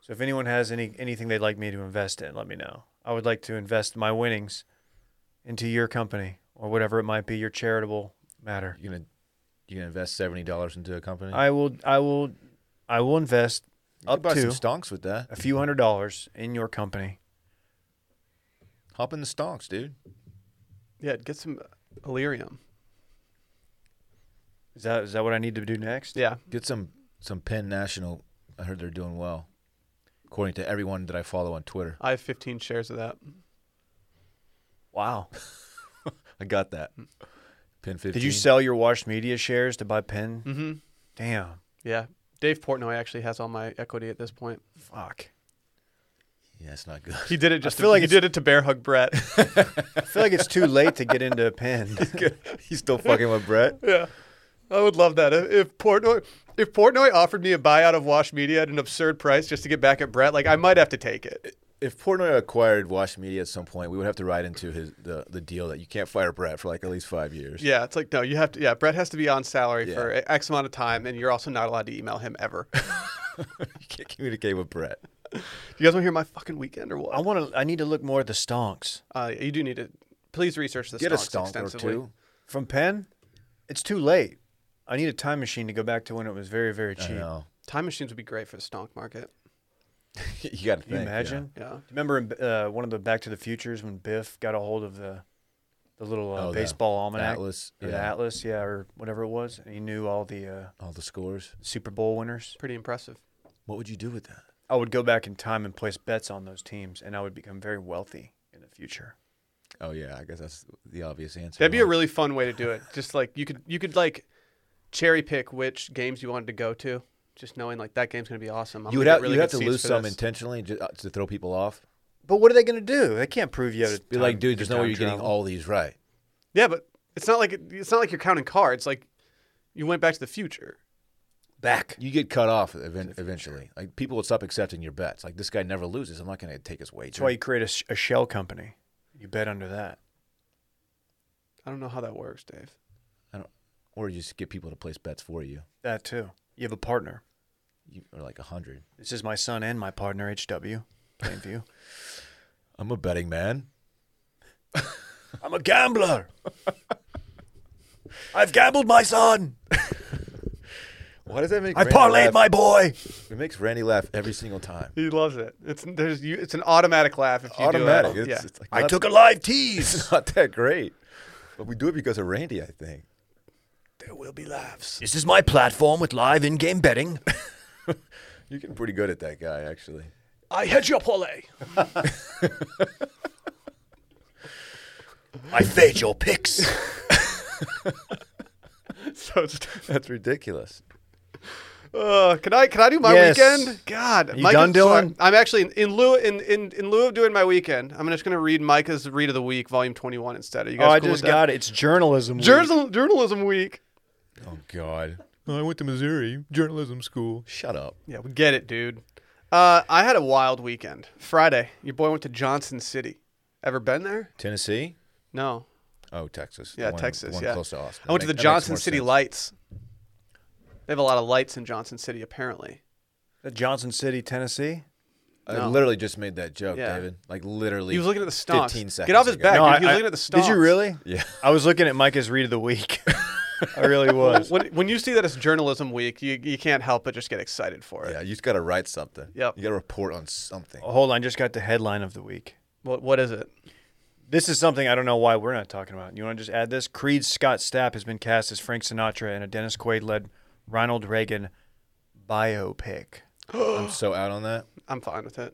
Speaker 2: So if anyone has any anything they'd like me to invest in, let me know. I would like to invest my winnings into your company or whatever it might be, your charitable matter.
Speaker 3: You gonna you gonna invest seventy dollars into a company?
Speaker 2: I will. I will. I will invest
Speaker 3: you
Speaker 2: up
Speaker 3: could buy
Speaker 2: to
Speaker 3: some stonks with that.
Speaker 2: a few hundred dollars in your company.
Speaker 3: Hop in the stonks, dude.
Speaker 1: Yeah, get some Illyrium.
Speaker 2: Is that is that what I need to do next?
Speaker 1: Yeah.
Speaker 3: Get some some Penn National. I heard they're doing well, according to everyone that I follow on Twitter.
Speaker 1: I have 15 shares of that.
Speaker 2: Wow.
Speaker 3: I got that. Penn fifteen.
Speaker 2: Did you sell your Wash Media shares to buy Penn?
Speaker 1: Mm-hmm.
Speaker 2: Damn.
Speaker 1: Yeah. Dave Portnoy actually has all my equity at this point.
Speaker 2: Fuck.
Speaker 3: Yeah, it's not good. <laughs>
Speaker 1: He did it just
Speaker 2: feel
Speaker 1: to,
Speaker 2: like
Speaker 1: he
Speaker 2: it's-
Speaker 1: did it to bear hug Brett.
Speaker 2: I feel like it's too late to get into Penn. <laughs>
Speaker 3: He's still fucking with Brett.
Speaker 1: yeah. I would love that. Uh, If, if Portnoy if Portnoy offered me a buyout of Wash Media at an absurd price just to get back at Brett, like I might have to take it.
Speaker 3: If Portnoy acquired Wash Media at some point, we would have to ride into his the, the deal that you can't fire Brett for like at least five years.
Speaker 1: Yeah, it's like no, you have to yeah, Brett has to be on salary
Speaker 3: Yeah.
Speaker 1: for X amount of time and you're also not allowed to email him ever. <laughs> you
Speaker 3: You can't communicate with Brett.
Speaker 1: guys want to hear my fucking weekend or
Speaker 2: I
Speaker 1: what?
Speaker 2: want to. I need to look more at the stonks
Speaker 1: Uh, you do need to please research this
Speaker 3: Get a
Speaker 1: stonks
Speaker 3: stonk or
Speaker 1: extensively.
Speaker 3: two.
Speaker 2: from Penn. It's too late. I need a time machine to go back to when it was very very
Speaker 3: I
Speaker 2: cheap.
Speaker 3: know. <laughs>
Speaker 1: Time machines would be great for the stonk market.
Speaker 3: you got to
Speaker 2: Can you imagine?
Speaker 1: Yeah.
Speaker 2: Remember in, uh, one of the Back to the Futures when Biff got a hold of the the little uh,
Speaker 3: Oh, the
Speaker 2: baseball almanac,
Speaker 3: atlas,
Speaker 2: or the
Speaker 3: yeah.
Speaker 2: atlas, yeah, or whatever it was, and he knew all the uh,
Speaker 3: All the scores.
Speaker 2: Super Bowl winners.
Speaker 1: Pretty impressive.
Speaker 3: What would you do with that?
Speaker 2: I would go back in time and place bets on those teams, and I would become very wealthy in the future.
Speaker 3: Oh yeah, I guess that's the obvious answer.
Speaker 1: That'd be a
Speaker 3: huh?
Speaker 1: really fun way to do it. Just like you could you could like cherry pick which games you wanted to go to, just knowing like that game's gonna be awesome. I'm
Speaker 3: you would
Speaker 1: gonna get
Speaker 3: have
Speaker 1: really
Speaker 3: you have
Speaker 1: good
Speaker 3: to
Speaker 1: seats
Speaker 3: lose
Speaker 1: for
Speaker 3: some
Speaker 1: this.
Speaker 3: intentionally ju- uh, to throw people off.
Speaker 2: But what are they going to do? They can't prove you. Have
Speaker 3: Be like, dude, there's no way you're getting all these right.
Speaker 1: yeah, but it's not like it's not like you're counting cards. Like you went back to the future.
Speaker 2: back.
Speaker 3: You get cut off even, eventually. Like people would stop accepting your bets. Like this guy never loses. I'm not going to take his wager.
Speaker 2: That's why you create a, sh- a shell company. You bet under that.
Speaker 1: I don't know how that works, Dave.
Speaker 3: I don't, or you just get people to place bets for you.
Speaker 2: That too. You have a partner.
Speaker 3: you or like a hundred.
Speaker 2: This is my son and my partner, HW. <laughs> Plainview.
Speaker 3: I'm a
Speaker 1: <laughs>
Speaker 3: betting man.
Speaker 2: I'm a gambler. I've gambled my son.
Speaker 3: Why does that make?
Speaker 2: I parlayed my boy.
Speaker 3: It makes Randy laugh every
Speaker 1: <laughs>
Speaker 3: single time.
Speaker 1: He loves it. It's there's you, it's an automatic laugh if you
Speaker 3: Automatic.
Speaker 1: do it.
Speaker 3: It's,
Speaker 1: Yeah.
Speaker 3: it's like
Speaker 2: I
Speaker 3: not-
Speaker 2: took a live tease.
Speaker 3: It's <laughs> not that great, but we do it because of Randy, I think.
Speaker 2: There will be laughs. This is my platform with live in-game <laughs> betting.
Speaker 3: You're getting pretty good at that guy, actually.
Speaker 2: I hedge your <laughs> parlay. I fade your <laughs> picks.
Speaker 1: so it's,
Speaker 3: That's ridiculous.
Speaker 1: uh, can I can I do my
Speaker 2: Yes.
Speaker 1: weekend? God,
Speaker 2: You
Speaker 1: Micah-
Speaker 2: done,
Speaker 1: so I-
Speaker 2: Dylan?
Speaker 1: I'm actually in, in lieu in, in in lieu of doing my weekend. I'm just gonna read Micah's read of the week, volume 21 instead. Are you guys?
Speaker 2: Oh, I
Speaker 1: cool with
Speaker 2: just
Speaker 1: that?
Speaker 2: got it. It's journalism. week.
Speaker 1: Journal- journalism week.
Speaker 3: Oh God. I went to Missouri journalism school. Shut up.
Speaker 1: Yeah, we get it, dude. Uh, I had a wild weekend. Friday, your boy went to Johnson City. Ever been there?
Speaker 3: Tennessee?
Speaker 1: No.
Speaker 3: Oh, Texas. the
Speaker 1: Yeah,
Speaker 3: one- the
Speaker 1: Texas.
Speaker 3: one
Speaker 1: yeah.
Speaker 3: close to Austin.
Speaker 1: I went to
Speaker 3: That
Speaker 1: the
Speaker 3: make- that makes
Speaker 1: Johnson
Speaker 3: more
Speaker 1: City
Speaker 3: sense.
Speaker 1: Lights. They have a lot of lights in Johnson City, apparently.
Speaker 2: That Johnson City, Tennessee.
Speaker 3: I
Speaker 1: No.
Speaker 3: literally just made that joke,
Speaker 1: Yeah.
Speaker 3: David. Like literally.
Speaker 1: He was looking at the stonks.
Speaker 3: 15 seconds
Speaker 1: Get off his
Speaker 3: ago.
Speaker 1: back.
Speaker 2: No,
Speaker 1: dude.
Speaker 2: I-
Speaker 1: he was
Speaker 2: I-
Speaker 1: looking at the stonks.
Speaker 2: Did you really?
Speaker 3: Yeah.
Speaker 2: I was looking at Micah's read of the <laughs> week. I really <laughs> was.
Speaker 1: When, when you see that it's Journalism Week, you, you can't help but just get excited for it.
Speaker 3: Yeah, you just got to write something.
Speaker 1: Yep.
Speaker 3: You got to report on something.
Speaker 2: Oh, hold on, just got the headline of the week.
Speaker 1: What, what is it?
Speaker 2: This is something I don't know why we're not talking about. You want to just add this? Creed's Scott Stapp has been cast as Frank Sinatra in a Dennis Quaid-led Ronald Reagan biopic.
Speaker 3: I'm so out on that.
Speaker 1: I'm fine with it.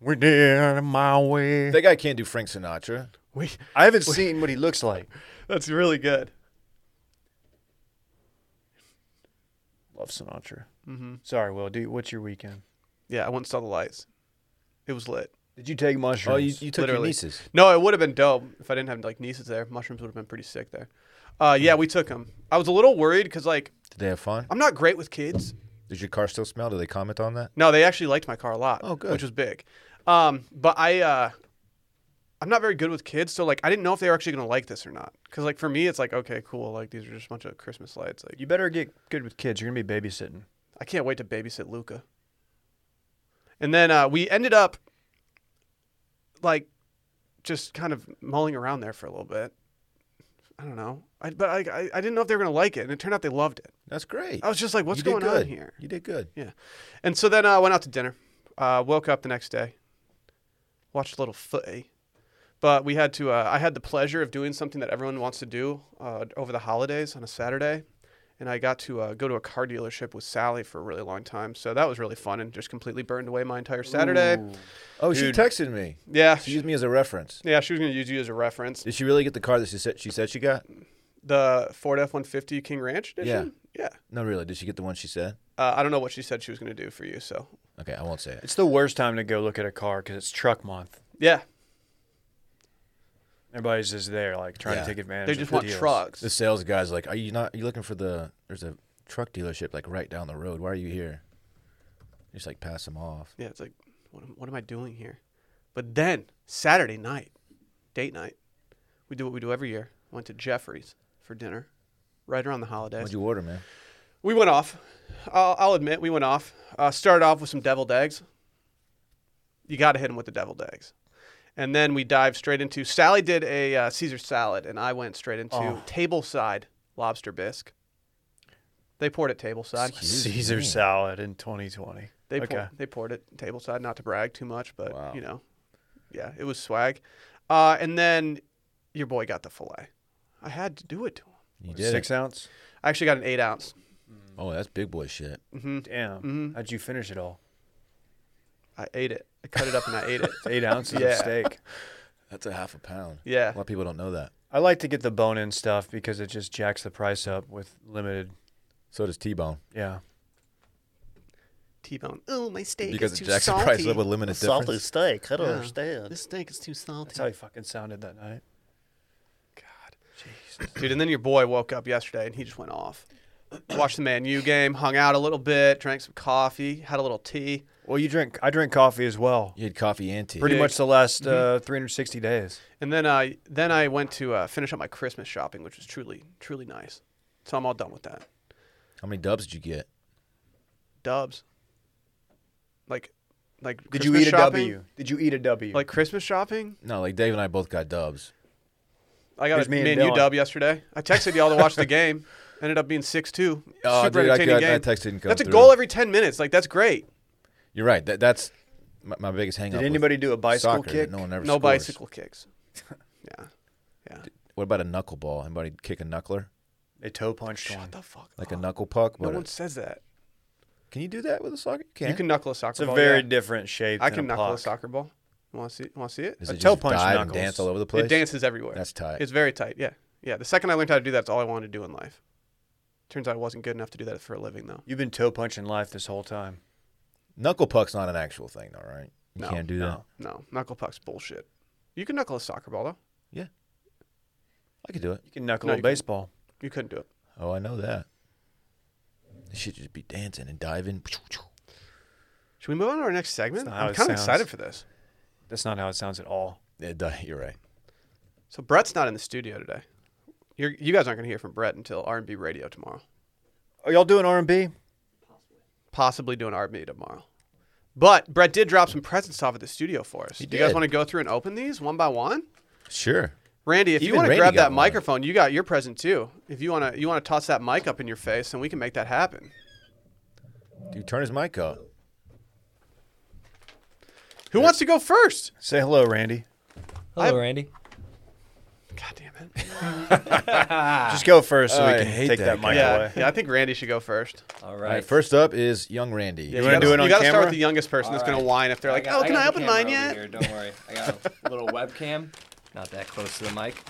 Speaker 2: We did it my way.
Speaker 3: That guy can't do
Speaker 1: <laughs>
Speaker 3: Frank Sinatra.
Speaker 1: We,
Speaker 2: I haven't seen what he looks like.
Speaker 1: that's really good.
Speaker 2: Love Sinatra. Mm-hmm. Sorry, Will. Do you, what's your weekend?
Speaker 1: Yeah, I went and saw the lights. It was lit.
Speaker 2: Did you take mushrooms?
Speaker 3: Oh, you, you took your
Speaker 1: Literally.
Speaker 3: nieces.
Speaker 1: No, it would have been dope if I didn't have like nieces there. Mushrooms would have been pretty sick there. Uh, yeah, we took them. I was a little worried because like
Speaker 3: Did they have fun?
Speaker 1: I'm not great with kids.
Speaker 3: Does your car still smell? Do they comment on that?
Speaker 1: No, they actually liked my car a lot.
Speaker 3: Oh, good.
Speaker 1: Which was big. Um, but I, uh, I'm not very good with kids, so like I didn't know if they were actually gonna like this or not. Cause like for me, it's like okay, cool. Like these are just a bunch of Christmas lights. Like
Speaker 2: you better get good with kids. You're gonna be babysitting.
Speaker 1: I can't wait to babysit Luca. And then uh, we ended up like just kind of mulling around there for a little bit. I don't know, I, but I, I I didn't know if they were gonna like it, and it turned out they loved it.
Speaker 3: That's great.
Speaker 1: I was just like, Oh, what's
Speaker 3: You did
Speaker 1: going
Speaker 3: good.
Speaker 1: on here?
Speaker 3: You did good.
Speaker 1: Yeah. And so then uh, I went out to dinner. Uh, woke up the next day, watched a little footy. But we had to, uh, I had the pleasure of doing something that everyone wants to do uh, over the holidays on a Saturday. And I got to uh, go to a car dealership with Sally for a really long time. So that was really fun and just completely burned away my entire Saturday.
Speaker 3: Oh, she texted me.
Speaker 1: Yeah.
Speaker 3: She
Speaker 1: She,
Speaker 3: used me as a reference.
Speaker 1: yeah, she was going to use you as a reference.
Speaker 3: Did she really get the car that she said she said she got?
Speaker 1: The Ford F 150 King Ranch edition? Yeah.
Speaker 3: No, really. Did she get the one she said?
Speaker 1: Uh, I don't know what she said she was going to do for you. So
Speaker 3: Okay, I won't say it.
Speaker 2: It's the worst time to go look at a car because it's truck month.
Speaker 1: yeah,
Speaker 2: Everybody's just there, like trying
Speaker 3: Yeah.
Speaker 2: to take advantage.
Speaker 1: they
Speaker 2: of
Speaker 1: just
Speaker 2: the
Speaker 1: want
Speaker 2: deals.
Speaker 1: trucks.
Speaker 3: The sales guy's like, "Are you not? Are you looking for the? There's a truck dealership like right down the road. Why are you here?" Just like pass them off.
Speaker 1: Yeah, it's like, what am, what am I doing here? But then Saturday night, date night, we do what we do every year. Went to Jeffrey's for dinner, right around the holidays.
Speaker 3: What'd you order, man?
Speaker 1: we went off. I'll, I'll admit, we went off. Uh, started off with some deviled eggs. You got to hit them with the deviled eggs. And then we dived straight into Sally did a uh, Caesar salad, and I went straight into
Speaker 3: Oh.
Speaker 1: table side lobster bisque. They poured it table side.
Speaker 2: Caesar salad in 2020.
Speaker 1: They
Speaker 2: okay.
Speaker 1: poured, they poured it table side, not to brag too much, but
Speaker 3: Wow.
Speaker 1: you know, yeah, it was swag. Uh, and then your boy got the fillet. I had to do it to him.
Speaker 3: You did
Speaker 2: Six
Speaker 3: it.
Speaker 2: ounce.
Speaker 1: I actually got an eight ounce.
Speaker 3: Oh, that's big boy shit.
Speaker 1: Mm-hmm.
Speaker 2: Damn. How'd you finish it all?
Speaker 1: I ate it. I cut it up and I
Speaker 3: <laughs>
Speaker 1: ate it.
Speaker 2: It's eight
Speaker 1: <laughs>
Speaker 2: ounces
Speaker 1: Yeah.
Speaker 2: of steak.
Speaker 3: That's a half a pound.
Speaker 1: Yeah.
Speaker 3: A lot of people don't know that.
Speaker 2: I like to get the bone in stuff because it just jacks the price up with limited.
Speaker 3: So does T-bone
Speaker 2: Yeah.
Speaker 1: T-bone. Oh, my steak
Speaker 3: because
Speaker 1: is
Speaker 3: it
Speaker 1: too
Speaker 3: jacks the
Speaker 1: salty.
Speaker 3: price up
Speaker 2: <laughs>
Speaker 3: with limited
Speaker 5: Salty
Speaker 3: difference.
Speaker 5: steak. I don't
Speaker 1: Yeah.
Speaker 5: understand.
Speaker 1: This steak is too
Speaker 2: That's
Speaker 1: salty.
Speaker 2: how he fucking sounded that night.
Speaker 1: Dude, and then your boy woke up yesterday and he just went off. <clears throat> Watched the Man U game, hung out a little bit, drank some coffee, had a little tea.
Speaker 2: Well, you drink. I drink coffee as well.
Speaker 3: You had coffee and tea.
Speaker 2: Pretty
Speaker 1: Yeah. Mm-hmm.
Speaker 2: much the last uh, 360 days.
Speaker 1: And then I then I went to uh, finish up my Christmas shopping, which was truly truly nice. So I'm all done with that.
Speaker 3: How many dubs did you get?
Speaker 1: Dubs. Like, like.
Speaker 2: Did
Speaker 1: Christmas
Speaker 2: you eat a
Speaker 1: shopping?
Speaker 2: W? Did you eat a W?
Speaker 1: Like Christmas shopping?
Speaker 3: No, like Dave and I both got dubs.
Speaker 1: I got
Speaker 2: Here's
Speaker 1: a
Speaker 2: me
Speaker 1: me
Speaker 2: and
Speaker 1: and you
Speaker 2: Dylan.
Speaker 1: dub yesterday. I texted y'all to watch the game. <laughs> Ended up being six two.
Speaker 3: Oh,
Speaker 1: Super
Speaker 3: dude, I
Speaker 1: entertaining
Speaker 3: couldn't-
Speaker 1: game.
Speaker 3: that text didn't come
Speaker 1: That's a
Speaker 3: through.
Speaker 1: goal every ten minutes. Like that's great.
Speaker 3: You're right. That, that's my, my biggest hang
Speaker 2: Did anybody do a bicycle
Speaker 3: soccer, that
Speaker 2: kick?
Speaker 3: No one ever
Speaker 1: no
Speaker 3: scores.
Speaker 1: bicycle
Speaker 2: <laughs>
Speaker 1: kicks. Yeah. Yeah.
Speaker 3: What about a knuckleball? Anybody kick a knuckler?
Speaker 2: they toe punched one.
Speaker 1: What the fuck?
Speaker 3: Like
Speaker 1: up.
Speaker 3: a knuckle puck?
Speaker 1: No
Speaker 3: but uh,
Speaker 1: one says that.
Speaker 3: can you do that with a soccer? You can.
Speaker 1: You can knuckle a soccer
Speaker 2: It's a
Speaker 1: ball.
Speaker 2: very
Speaker 1: yeah.
Speaker 2: different shape.
Speaker 1: I
Speaker 2: than
Speaker 1: can
Speaker 2: a
Speaker 1: knuckle a
Speaker 2: puck.
Speaker 1: soccer ball. Want to see? Want to see it?
Speaker 3: Does
Speaker 2: a
Speaker 3: it just
Speaker 2: toe punch
Speaker 3: dive
Speaker 2: knuckles.
Speaker 3: and dance all over the place?
Speaker 1: It dances everywhere.
Speaker 3: That's tight.
Speaker 1: It's very tight. Yeah. Yeah. The second I learned how to do that, it's all I wanted to do in life. Turns out I wasn't good enough to do that for a living, though.
Speaker 2: You've been toe punching life this whole time.
Speaker 3: Knuckle puck's not an actual thing, though, right? You
Speaker 1: No,
Speaker 3: can't do that.
Speaker 2: no.
Speaker 1: No, knuckle puck's bullshit. You can knuckle a soccer ball, though.
Speaker 3: Yeah, I could do it.
Speaker 2: You can knuckle
Speaker 1: No,
Speaker 2: a
Speaker 1: you
Speaker 2: baseball.
Speaker 1: You couldn't do it.
Speaker 3: Oh, I know that. You should just be dancing and diving. <laughs>
Speaker 1: Should we move on to our next segment?
Speaker 2: not how
Speaker 1: I'm
Speaker 2: it
Speaker 1: kind of
Speaker 2: sounds.
Speaker 1: excited for this.
Speaker 2: That's not how it sounds at all.
Speaker 3: It does- you're right.
Speaker 1: So Brett's not in the studio today. You're, you guys aren't going to hear from Brett until R&B radio tomorrow.
Speaker 2: Are y'all doing R&B?
Speaker 1: Possibly doing R&B tomorrow. But Brett did drop some presents off at the studio for us. Do you guys
Speaker 3: did.
Speaker 1: want to go through and open these one by one?
Speaker 3: Sure.
Speaker 1: Randy, if you
Speaker 3: Even
Speaker 1: want to
Speaker 3: Randy
Speaker 1: grab
Speaker 3: got
Speaker 1: that
Speaker 3: one.
Speaker 1: microphone, you got your present too. If you want to, you want to toss that mic up in your face, and we can make that happen.
Speaker 3: Dude, turn his mic up.
Speaker 1: Who wants to go first?
Speaker 2: Say hello, Randy.
Speaker 5: Hello,
Speaker 1: I-
Speaker 5: Randy.
Speaker 1: God damn it! Ah.
Speaker 2: Just go first so we
Speaker 3: I
Speaker 2: can
Speaker 3: hate
Speaker 2: take that,
Speaker 3: that
Speaker 2: mic
Speaker 1: Yeah,
Speaker 2: away.
Speaker 1: yeah. I think Randy should go first.
Speaker 5: All
Speaker 3: All right.
Speaker 5: right.
Speaker 3: First up is young Randy.
Speaker 2: You wanna
Speaker 1: gotta-
Speaker 2: do it on
Speaker 1: gotta start
Speaker 2: camera?
Speaker 1: with the youngest person that's gonna
Speaker 5: Alright.
Speaker 1: whine if they're like, "Oh, can I,
Speaker 5: the
Speaker 1: open
Speaker 5: camera
Speaker 1: mine
Speaker 5: over
Speaker 1: yet?"
Speaker 5: Here. Don't worry. I got
Speaker 1: <laughs>
Speaker 5: a little webcam. Not that close to the mic.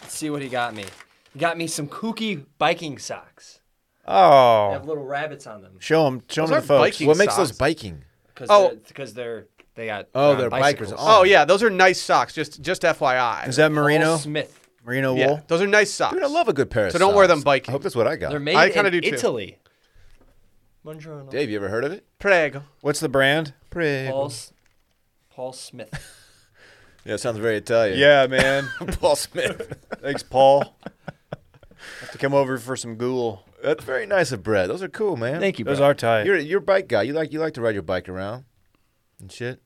Speaker 5: Let's see what he got me. He got me some kooky biking socks. They have
Speaker 2: Oh,
Speaker 5: little rabbits on them.
Speaker 2: show them, show
Speaker 1: Those
Speaker 2: them
Speaker 1: aren't
Speaker 2: the folks.
Speaker 1: biking
Speaker 3: What makes
Speaker 1: socks.
Speaker 3: those biking?
Speaker 5: Cause
Speaker 1: Oh.
Speaker 5: they're, because they're they got
Speaker 3: Oh,
Speaker 5: uh,
Speaker 3: they're
Speaker 5: bicycles.
Speaker 3: bikers.
Speaker 1: Oh yeah, those are nice socks. Just just FYI.
Speaker 2: Is that
Speaker 5: Paul
Speaker 2: merino?
Speaker 5: Smith.
Speaker 2: Merino wool?
Speaker 1: yeah, those are nice socks.
Speaker 3: Dude, I love a good pair of
Speaker 1: So don't wear
Speaker 3: socks.
Speaker 1: them biking.
Speaker 3: I hope that's what I got.
Speaker 5: They're made
Speaker 1: I
Speaker 5: in
Speaker 1: kinda do too.
Speaker 5: Italy. Buongiorno.
Speaker 3: Dave, you ever heard of it?
Speaker 1: Prego.
Speaker 2: What's the brand? Pretty.
Speaker 5: Paul, S-
Speaker 1: <laughs>
Speaker 5: Paul Smith.
Speaker 3: Yeah, it sounds very Italian.
Speaker 2: Yeah, man.
Speaker 3: <laughs> Paul Smith.
Speaker 2: Thanks, Paul. Have to come over for some ghoul.
Speaker 3: that's very nice of Brett. Those are cool, man.
Speaker 5: Thank you,
Speaker 2: Those
Speaker 5: bro.
Speaker 2: are tight.
Speaker 3: You're you're a bike guy. You like you like to ride your bike around and shit.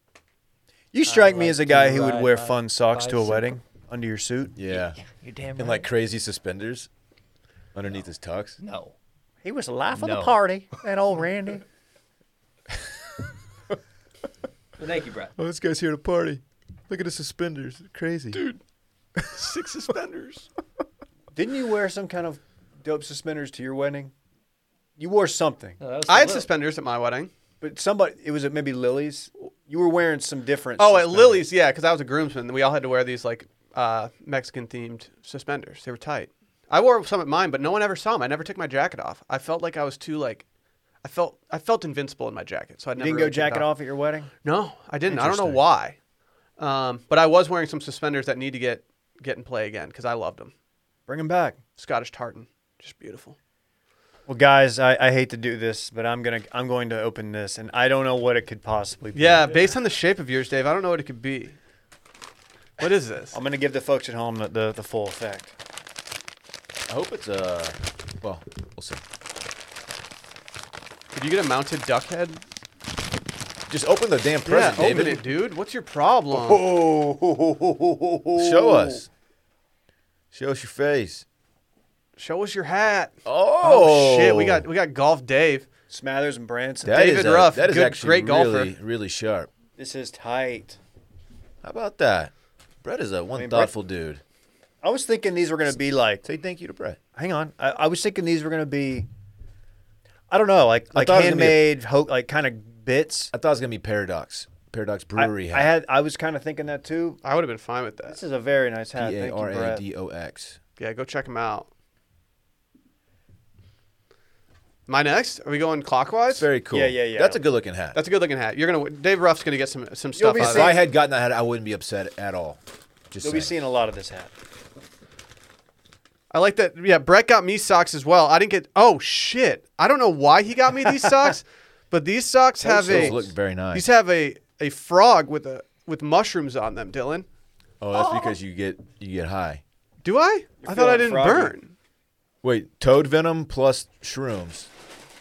Speaker 2: you strike
Speaker 5: I
Speaker 2: me
Speaker 5: like
Speaker 2: as a
Speaker 5: to
Speaker 2: guy who would
Speaker 5: ride
Speaker 2: wear
Speaker 5: my
Speaker 2: fun socks to a
Speaker 5: bicycle.
Speaker 2: wedding under your suit.
Speaker 3: Yeah.
Speaker 5: You're damn right.
Speaker 3: And like crazy suspenders underneath his tux.
Speaker 5: no.
Speaker 2: He was the life
Speaker 5: of the No.
Speaker 2: party, that old Randy.
Speaker 5: Well, thank you, Brett.
Speaker 3: Oh, this guy's here to party. Look at his suspenders. Crazy. <laughs> Dude.
Speaker 1: Six suspenders.
Speaker 2: Didn't you wear some kind of dope suspenders to your wedding? You wore something,
Speaker 5: No, that was
Speaker 1: I had
Speaker 5: the lip.
Speaker 1: suspenders at my wedding.
Speaker 2: but somebody it was at maybe Lily's. You were wearing some different.
Speaker 1: Oh, at
Speaker 2: suspenders.
Speaker 1: Lily's, yeah, because I was a groomsman. We all had to wear these like uh, Mexican themed suspenders. They were tight. I wore some at mine, but no one ever saw them. I never took my jacket off. I felt like I was too like, I felt I felt invincible in my jacket. So I
Speaker 2: You
Speaker 1: never
Speaker 2: didn't
Speaker 1: really
Speaker 2: go
Speaker 1: took it
Speaker 2: jacket
Speaker 1: off.
Speaker 2: off at your wedding.
Speaker 1: No, I didn't. I don't know
Speaker 2: Interesting.
Speaker 1: why. Um, but I was wearing some suspenders that need to get get in play again because I loved them.
Speaker 2: Bring him back.
Speaker 1: Scottish tartan, just beautiful.
Speaker 2: Well, guys, I, I hate to do this, but I'm gonna I'm going to open this, and I don't know what it could possibly be.
Speaker 1: Yeah, based on the shape of yours, Dave, I don't know what it could be. What is this?
Speaker 2: I'm gonna give the folks at home the, the, the full effect.
Speaker 3: I hope it's uh well, we'll see.
Speaker 1: Could you get a mounted duck head?
Speaker 3: Just open the damn
Speaker 1: Yeah,
Speaker 3: present,
Speaker 1: open
Speaker 3: David.
Speaker 1: it, dude. What's your problem?
Speaker 2: Oh,
Speaker 3: Show us. Show us your face.
Speaker 1: Show us your hat.
Speaker 3: Oh,
Speaker 1: shit, we got we got golf Dave.
Speaker 2: Smathers and Branson.
Speaker 3: That is
Speaker 1: David
Speaker 3: a-
Speaker 1: Ruff,
Speaker 3: That is
Speaker 1: good-
Speaker 3: actually
Speaker 1: great golfer.
Speaker 3: really, really sharp.
Speaker 2: This is tight.
Speaker 3: How about that? Brett is a one
Speaker 2: mean, Brett-
Speaker 3: thoughtful dude.
Speaker 2: I was thinking these were gonna be like.
Speaker 3: Say thank you to Brett.
Speaker 2: Hang on. I, I was thinking these were gonna be. I don't know, like like
Speaker 3: thought it was gonna be a-
Speaker 2: handmade, ho- like kind of bits.
Speaker 3: I thought it was gonna be Paradox. Paradox
Speaker 2: I,
Speaker 3: Brewery
Speaker 2: I
Speaker 3: hat.
Speaker 2: had. I was kind of thinking that too.
Speaker 1: I would have been fine with
Speaker 2: This
Speaker 1: that.
Speaker 2: is a very nice hat.
Speaker 3: P
Speaker 2: Thank
Speaker 3: A
Speaker 2: you,
Speaker 3: R A
Speaker 2: Brett.
Speaker 3: D O X.
Speaker 1: Yeah, go check him out. My next? Are we going clockwise?
Speaker 3: It's very cool.
Speaker 2: Yeah, yeah, yeah.
Speaker 3: That's a good looking hat.
Speaker 1: That's a good looking hat. You're gonna Dave Ruff's gonna get some some stuff
Speaker 2: be
Speaker 1: out of
Speaker 3: if
Speaker 1: that.
Speaker 2: seeing-
Speaker 3: I had gotten that hat, I wouldn't be upset at all. Just
Speaker 2: You'll be
Speaker 3: saying.
Speaker 2: seeing a lot of this hat.
Speaker 1: I like that. Yeah, Brett got me socks as well. I didn't get. Oh shit! I don't know why he got me
Speaker 3: <laughs>
Speaker 1: these socks, but these socks have a.
Speaker 3: Those look very nice.
Speaker 1: These have a a frog with a with mushrooms on them. Dylan,
Speaker 3: Oh, that's because you get you get high.
Speaker 1: do I? I thought I
Speaker 2: feeling
Speaker 1: didn't
Speaker 2: froggy.
Speaker 1: burn.
Speaker 3: Wait, toad venom plus shrooms.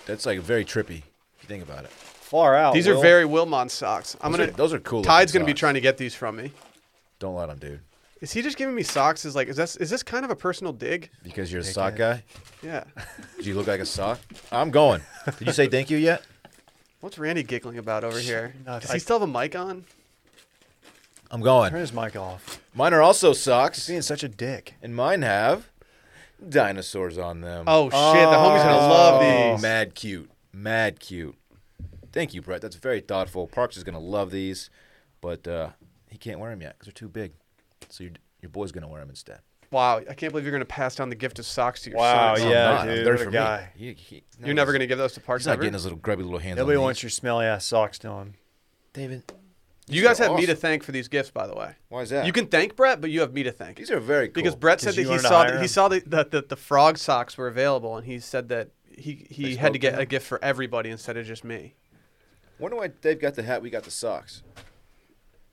Speaker 3: That's like very trippy. If you think about it.
Speaker 2: Far out.
Speaker 1: These
Speaker 2: Will.
Speaker 1: are very Wilmon socks. I'm
Speaker 3: Those
Speaker 1: gonna.
Speaker 3: are- those are cool
Speaker 1: Tide's
Speaker 3: looking
Speaker 1: gonna be
Speaker 3: socks.
Speaker 1: trying to get these from me.
Speaker 3: Don't let them, dude.
Speaker 1: Is he just giving me socks? Is like is this is this kind of a personal dig?
Speaker 3: Because you're a sock guy.
Speaker 1: Yeah.
Speaker 3: Do you look like a sock? I'm going. Did you say thank you yet?
Speaker 1: What's Randy giggling about over here?
Speaker 2: Nothing.
Speaker 1: Does he still have a mic on?
Speaker 3: I'm
Speaker 2: Turn
Speaker 3: going.
Speaker 2: his mic off.
Speaker 3: Mine are also socks,
Speaker 2: Being such a dick.
Speaker 3: and mine have dinosaurs on them.
Speaker 1: Oh shit! the homie's gonna
Speaker 3: Oh.
Speaker 1: love these.
Speaker 3: mad cute, mad cute. Thank you, Brett. That's very thoughtful. Parks is gonna love these, but uh, he can't wear them yet because they're too big. So your your boy's gonna wear them instead.
Speaker 1: Wow! I can't believe you're gonna pass down the gift of socks to your
Speaker 2: Wow,
Speaker 1: son.
Speaker 3: I'm
Speaker 2: yeah,
Speaker 3: not.
Speaker 2: dude,
Speaker 3: They're
Speaker 2: what a
Speaker 3: for me.
Speaker 2: guy.
Speaker 3: He- he- no,
Speaker 1: You're never
Speaker 3: he's-
Speaker 1: gonna give those to Parks.
Speaker 3: He's not
Speaker 1: ever?
Speaker 3: getting his little grubby little hands.
Speaker 2: Nobody
Speaker 3: on
Speaker 2: wants your smelly ass socks, Dylan.
Speaker 3: David.
Speaker 1: You guys
Speaker 3: They're
Speaker 1: have me to
Speaker 3: awesome.
Speaker 1: thank for these gifts, by the way.
Speaker 3: Why is that?
Speaker 1: You can thank Brett, but you have me to thank.
Speaker 3: These are very cool.
Speaker 1: because Brett said
Speaker 2: 'Cause
Speaker 1: that
Speaker 2: you
Speaker 1: he
Speaker 2: wanted to
Speaker 1: saw
Speaker 2: hire
Speaker 1: that he
Speaker 2: him.
Speaker 1: saw that that the, the frog socks were available, and he said that he he had
Speaker 2: spoke
Speaker 1: to get
Speaker 2: to
Speaker 1: a gift for everybody instead of just me.
Speaker 3: Wonder why Dave got the hat. We got the socks.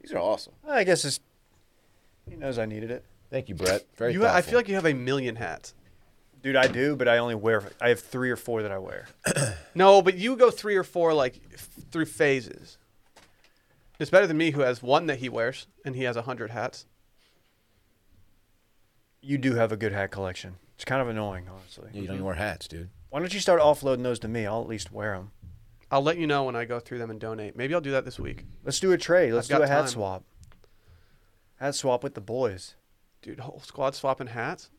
Speaker 3: These are awesome.
Speaker 2: I guess it's, he knows I needed it.
Speaker 3: Thank you, Brett. Very
Speaker 1: You, ha- I
Speaker 3: thoughtful.
Speaker 1: feel like you have a million hats.
Speaker 2: Dude, I do, but I only wear, I have three or four that I wear.
Speaker 1: No, but you go three or four like f- through phases. It's better than me, who has one that he wears and he has a hundred hats.
Speaker 2: You do have a good hat collection. It's kind of annoying, honestly.
Speaker 3: Yeah, you don't even wear hats, dude.
Speaker 2: Why don't you start offloading those to me? I'll at least wear them.
Speaker 1: I'll let you know when I go through them and donate. Maybe I'll do that this week,
Speaker 2: Let's do a trade. Let's
Speaker 1: I've
Speaker 2: do a
Speaker 1: got
Speaker 2: hat
Speaker 1: time.
Speaker 2: swap. Hat swap with the boys.
Speaker 1: dude. Whole squad swapping hats.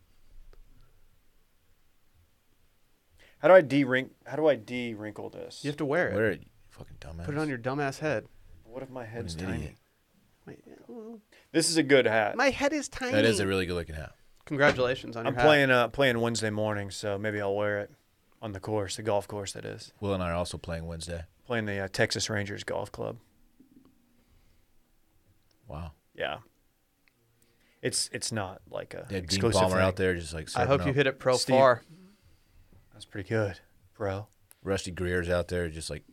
Speaker 2: How do I de wrinkle? How do I de wrinkle this?
Speaker 1: You have to wear it.
Speaker 3: Wear it, you fucking dumbass.
Speaker 1: Put it on your dumbass head.
Speaker 2: What if my
Speaker 3: What
Speaker 2: head's
Speaker 3: an
Speaker 2: tiny?
Speaker 3: idiot.
Speaker 1: My,
Speaker 2: This is a good hat.
Speaker 1: my head is tiny.
Speaker 3: That is a really good looking hat.
Speaker 1: Congratulations on
Speaker 2: I'm
Speaker 1: your hat.
Speaker 2: playing uh playing Wednesday morning, so maybe I'll wear it on the course, the golf course that is.
Speaker 3: Will and I are also playing Wednesday.
Speaker 2: Playing the uh, Texas Rangers golf club.
Speaker 3: Wow.
Speaker 2: Yeah. It's it's not like a
Speaker 3: Yeah, Dean
Speaker 2: exclusive
Speaker 3: Bomber
Speaker 2: thing.
Speaker 3: out there just like.
Speaker 1: I
Speaker 3: serving
Speaker 1: hope you
Speaker 3: up.
Speaker 1: hit it pro
Speaker 2: Steve.
Speaker 1: far.
Speaker 2: That's pretty good, bro.
Speaker 3: Rusty Greer's out there just like.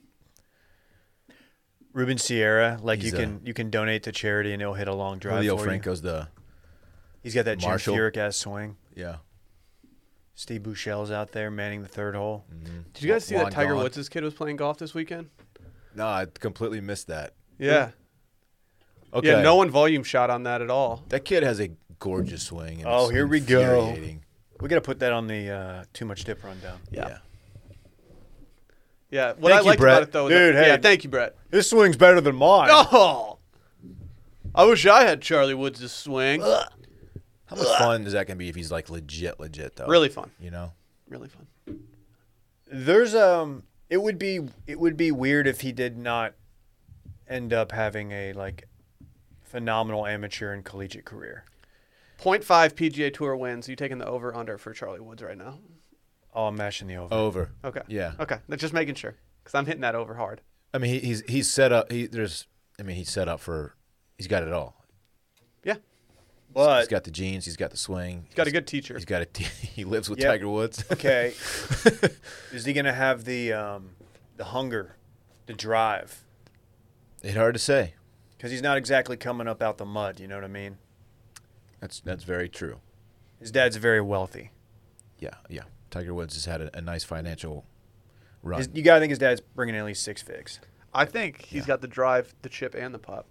Speaker 2: Ruben Sierra, like
Speaker 3: He's,
Speaker 2: you
Speaker 3: uh,
Speaker 2: can you can donate to charity and he'll hit a long drive
Speaker 3: Leo
Speaker 2: for you.
Speaker 3: Franco's the.
Speaker 2: He's got that Jim
Speaker 3: Marshall.
Speaker 2: Furyk ass swing.
Speaker 3: Yeah.
Speaker 2: Steve Bouchel's out there manning the third hole.
Speaker 1: Did you guys see that
Speaker 3: Long
Speaker 1: Tiger
Speaker 3: gone.
Speaker 1: Woods' kid was playing golf this weekend?
Speaker 3: No, I completely missed that.
Speaker 1: Yeah.
Speaker 3: Okay.
Speaker 1: Yeah, no one volume shot on that at all.
Speaker 3: That kid has a gorgeous swing. And
Speaker 2: Oh,
Speaker 3: it's
Speaker 2: here we go.
Speaker 3: infuriating.
Speaker 2: We got to put that on the uh, too much dip rundown.
Speaker 1: Yeah.
Speaker 3: yeah.
Speaker 1: Yeah. What
Speaker 2: Thank
Speaker 1: I
Speaker 2: you,
Speaker 1: liked
Speaker 2: Brett.
Speaker 1: about it though is that-
Speaker 2: Dude, hey.
Speaker 1: yeah, thank you, Brett.
Speaker 2: His swing's better than mine.
Speaker 1: Oh I wish I had Charlie Woods' swing.
Speaker 3: How much fun is that gonna be if he's like legit, legit though?
Speaker 1: Really fun.
Speaker 3: You know.
Speaker 1: Really fun.
Speaker 2: There's um it would be it would be weird if he did not end up having a like phenomenal amateur and collegiate career.
Speaker 1: 0.5 PGA Tour wins. You taking the over under for Charlie Woods right now?
Speaker 2: Oh, I'm mashing the over.
Speaker 3: Over.
Speaker 1: Okay.
Speaker 3: Yeah.
Speaker 1: Okay. That's just making sure because I'm hitting that over hard.
Speaker 3: I mean, he, he's he's set up. He there's. I mean, he's set up for. He's got it all.
Speaker 1: Yeah.
Speaker 3: he's
Speaker 2: but <laughs>
Speaker 3: got the genes. He's got the swing.
Speaker 1: He's got a good teacher.
Speaker 3: He's got a. T- <laughs> he lives with
Speaker 2: Yep.
Speaker 3: Tiger Woods. <laughs>
Speaker 2: okay. Is he going to have the um the hunger, the drive?
Speaker 3: it's hard to say.
Speaker 2: Cuz he's not exactly coming up out the mud, you know what I mean?
Speaker 3: That's that's very true.
Speaker 2: His dad's very wealthy.
Speaker 3: Yeah, yeah. Tiger Woods has had a, a nice financial run.
Speaker 2: His, you got to think his dad's bringing in at least 6 figs.
Speaker 1: I think he's
Speaker 3: Yeah.
Speaker 1: got the drive, the chip, and the pop.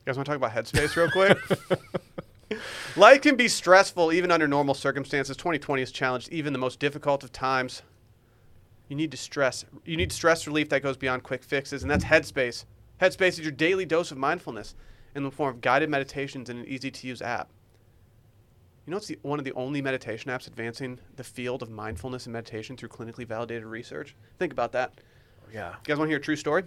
Speaker 1: You guys want to talk about headspace real quick? Life can be stressful even under normal circumstances. 2020 has challenged even the most difficult of times. You need to stress. You need stress relief that goes beyond quick fixes, and that's Headspace. Headspace is your daily dose of mindfulness in the form of guided meditations in an easy-to-use app. You know, it's the, one of the only meditation apps advancing the field of mindfulness and meditation through clinically validated research. Think about that.
Speaker 2: Yeah.
Speaker 1: You guys want to hear a true story?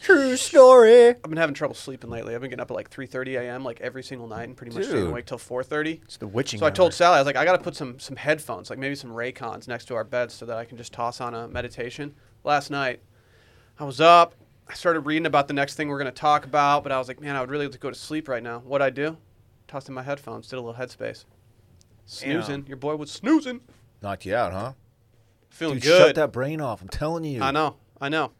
Speaker 2: True story.
Speaker 1: I've been having trouble sleeping lately. I've been getting up at like 3:30 a.m. like every single night, and pretty much staying
Speaker 3: Dude.
Speaker 1: awake till 4:30.
Speaker 2: It's the witching
Speaker 1: So I told
Speaker 2: hour.
Speaker 1: Sally, I was like, I got to put some some headphones, like maybe some Raycons, next to our beds, so that I can just toss on a meditation. Last night, I was up. I started reading about the next thing we're going to talk about, but I was like, man, I would really like to go to sleep right now. What would I do? Tossed in my headphones, did a little headspace, snoozing. Your boy was snoozing,
Speaker 3: Knock you out, huh?
Speaker 1: feeling
Speaker 3: Dude,
Speaker 1: good.
Speaker 3: shut that brain off. I'm telling you.
Speaker 1: I know. I know.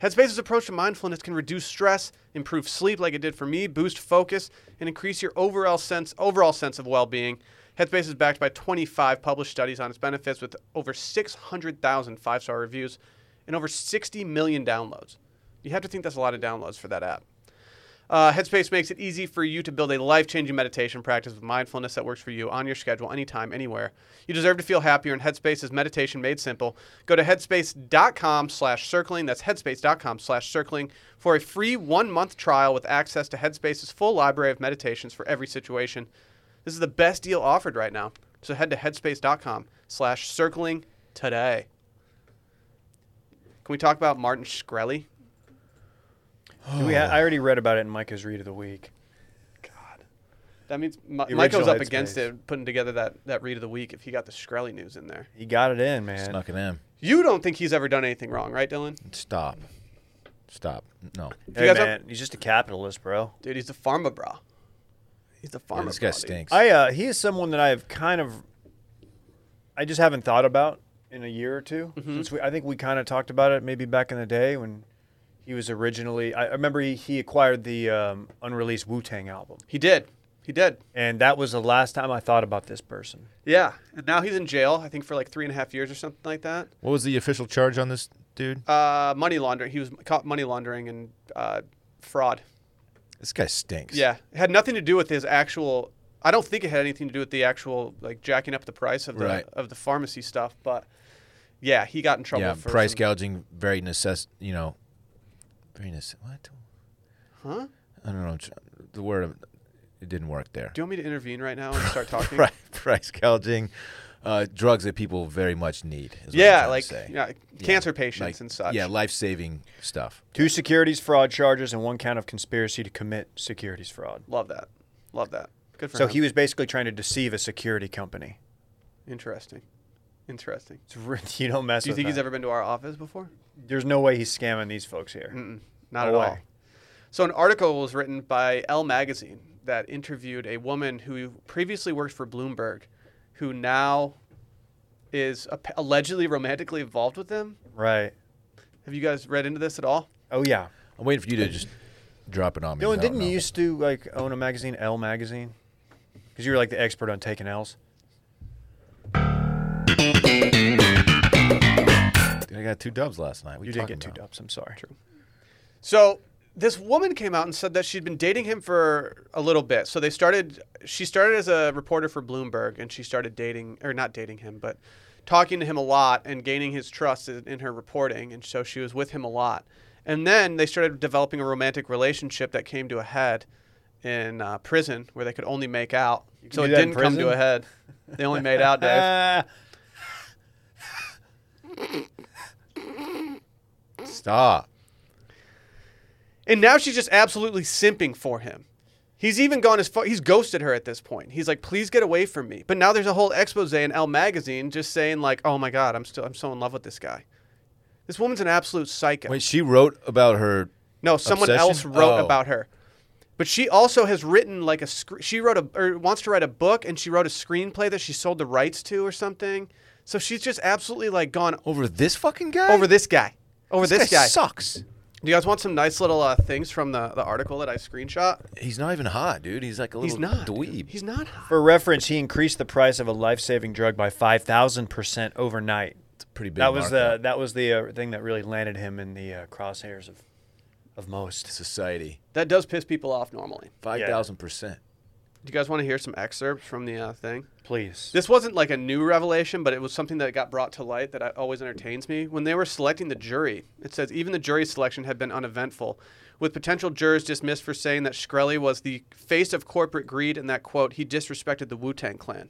Speaker 1: Headspace's approach to mindfulness can reduce stress, improve sleep like it did for me, boost focus, and increase your overall sense overall sense of well-being. Headspace is backed by 25 published studies on its benefits with over 600,000 five-star reviews and over 60 million downloads. You have to think that's a lot of downloads for that app. Uh, Headspace makes it easy for you to build a life changing meditation practice with mindfulness that works for you on your schedule, anytime, anywhere. You deserve to feel happier, and Headspace is meditation made simple. Go to headspace.com slash circling. That's headspace.com slash circling for a free one month trial with access to Headspace's full library of meditations for every situation. This is the best deal offered right now. So head to headspace.com slash circling today. Can we talk about Martin Shkreli?
Speaker 2: Do we ha- I already read about it in Micah's read of the week.
Speaker 1: That means Mi-
Speaker 2: The
Speaker 1: Mike was
Speaker 2: original
Speaker 1: up against
Speaker 2: Headspace.
Speaker 1: it, putting together that, that read of the week if he got the Shkreli news in there.
Speaker 2: He got it in, man.
Speaker 3: Snuck it in.
Speaker 1: You don't think he's ever done anything wrong, right, Dylan?
Speaker 3: Stop. Stop. No.
Speaker 1: You
Speaker 2: Hey
Speaker 1: guys
Speaker 2: man, he's just a capitalist, bro.
Speaker 1: Dude, he's a pharma bra. He's a pharma
Speaker 3: Yeah, this guy
Speaker 1: bra, dude.
Speaker 3: stinks.
Speaker 2: I uh, he is someone that I have kind of, I just haven't thought about in a year or 2
Speaker 1: Mm-hmm.
Speaker 2: Since we, I think we kind of talked about it maybe back in the day when he was originally. I, I remember he, he acquired the um, unreleased Wu Tang album,
Speaker 1: He did. He did.
Speaker 2: and that was the last time I thought about this person.
Speaker 1: Yeah. And now he's in jail, I think, for like three and a half years or something like that.
Speaker 3: What was the official charge on this dude?
Speaker 1: Uh, money laundering. He was caught money laundering and uh, fraud.
Speaker 3: This guy stinks.
Speaker 1: Yeah. It had nothing to do with his actual. I don't think it had anything to do with the actual like jacking up the price of the
Speaker 3: Right.
Speaker 1: of the pharmacy stuff, but yeah, he got in trouble
Speaker 3: Yeah,
Speaker 1: for
Speaker 3: price
Speaker 1: some-
Speaker 3: gouging, very necess, you know, very necess. What?
Speaker 1: Huh?
Speaker 3: I don't know. The word, of- it didn't work there.
Speaker 1: Do you want me to intervene right now and
Speaker 3: <laughs>
Speaker 1: start talking?
Speaker 3: Pri- price gouging, uh, drugs that people very much need. Is
Speaker 1: Yeah,
Speaker 3: what I'm trying
Speaker 1: like
Speaker 3: to say.
Speaker 1: yeah, cancer patients
Speaker 3: Like,
Speaker 1: and such.
Speaker 3: Yeah, life saving stuff.
Speaker 2: Two securities fraud charges and one count of conspiracy to commit securities fraud.
Speaker 1: love that. Love that. Good for
Speaker 2: So
Speaker 1: him.
Speaker 2: he was basically trying to deceive a security company.
Speaker 1: interesting. Interesting.
Speaker 2: It's re- <laughs> you don't mess
Speaker 1: Do you
Speaker 2: with
Speaker 1: think he's
Speaker 2: that.
Speaker 1: ever been to our office before?
Speaker 2: There's no way he's scamming these folks here.
Speaker 1: Mm. Not
Speaker 2: No
Speaker 1: at all.
Speaker 2: way.
Speaker 1: So an article was written by Elle magazine that interviewed a woman who previously worked for Bloomberg, who now is ap- allegedly romantically involved with him.
Speaker 2: Right.
Speaker 1: Have you guys read into this at all?
Speaker 2: Oh yeah.
Speaker 3: I'm waiting for you to just drop it on me.
Speaker 2: Dylan,
Speaker 3: 'cause I
Speaker 2: didn't
Speaker 3: don't
Speaker 2: you
Speaker 3: know.
Speaker 2: used to like own a magazine, L magazine? Because you were like the expert on taking L's.
Speaker 3: Dude, I got two dubs last night. What
Speaker 2: You
Speaker 3: you
Speaker 2: did
Speaker 3: talking
Speaker 2: get two
Speaker 3: about?
Speaker 2: dubs. I'm sorry. True.
Speaker 1: So this woman came out and said that she'd been dating him for a little bit. So they started. She started as a reporter for Bloomberg, and she started dating, or not dating him, but talking to him a lot and gaining his trust in, in her reporting. And so she was with him a lot. And then they started developing a romantic relationship that came to a head in uh, prison, where they could only make out. So it
Speaker 2: do that in
Speaker 1: didn't come to
Speaker 2: prison?
Speaker 1: a head. They only made out,
Speaker 2: <laughs>
Speaker 1: Dave.
Speaker 2: Uh,
Speaker 3: Stop.
Speaker 1: And now she's just absolutely simping for him. He's even gone as far. He's ghosted her at this point. He's like, "Please get away from me." But now there's a whole expose in Elle magazine just saying like, "Oh my God, I'm still I'm so in love with this guy." This woman's an absolute psycho.
Speaker 3: Wait, she wrote about her.
Speaker 1: no, someone
Speaker 3: obsession?
Speaker 1: else wrote
Speaker 3: Oh.
Speaker 1: about her. But she also has written like a sc- she wrote a or wants to write a book and she wrote a screenplay that she sold the rights to or something. So she's just absolutely like gone
Speaker 3: Over this fucking guy?
Speaker 1: over this guy. Over this, guy.
Speaker 3: sucks.
Speaker 1: Do you guys want some nice little uh, things from the, the article that I screenshot?
Speaker 3: He's not even hot, dude. He's like a little
Speaker 1: He's not. dude.
Speaker 3: dweeb.
Speaker 1: He's not hot.
Speaker 2: For reference, he increased the price of a life-saving drug by five thousand percent overnight.
Speaker 3: It's a pretty big.
Speaker 2: That was the
Speaker 3: markup.
Speaker 2: that was the uh, thing that really landed him in the uh, crosshairs of of most.
Speaker 3: society.
Speaker 1: That does piss people off normally.
Speaker 3: Five thousand percent.
Speaker 1: Do you guys want to hear some excerpts from the uh, thing?
Speaker 2: Please.
Speaker 1: This wasn't like a new revelation, but it was something that got brought to light that I- always entertains me. When they were selecting the jury, it says even the jury selection had been uneventful, with potential jurors dismissed for saying that Shkreli was the face of corporate greed and that, quote, he disrespected the Wu Tang Clan.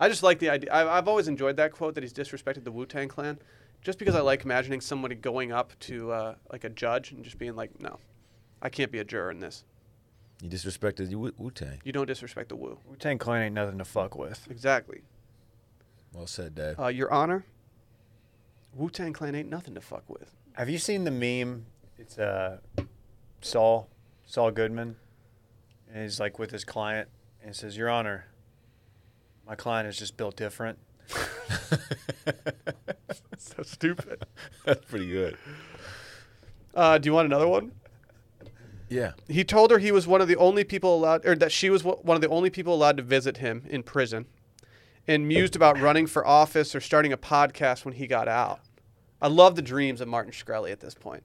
Speaker 1: I just like the idea. I, I've always enjoyed that quote that he's disrespected the Wu Tang Clan, just because I like imagining somebody going up to uh, like a judge and just being like, no, I can't be a juror in this.
Speaker 3: You disrespected Wu Wu Tang.
Speaker 1: You don't disrespect the Wu.
Speaker 2: Wu Tang Clan ain't nothing to fuck with.
Speaker 1: Exactly.
Speaker 3: Well
Speaker 1: <laughs>
Speaker 3: said, Dave.
Speaker 1: Uh, Your Honor, Wu Tang Clan ain't nothing to fuck with.
Speaker 2: Have you seen the meme? It's uh, Saul Saul Goodman, and he's like with his client, and it says, "Your Honor, my client is just built different."
Speaker 1: So stupid.
Speaker 3: <laughs> That's pretty good.
Speaker 1: Uh, do you want another one?
Speaker 3: Yeah.
Speaker 1: He told her he was one of the only people allowed, or that she was one one of the only people allowed to visit him in prison, and mused about running for office or starting a podcast when he got out. I love the dreams of Martin Shkreli at this point.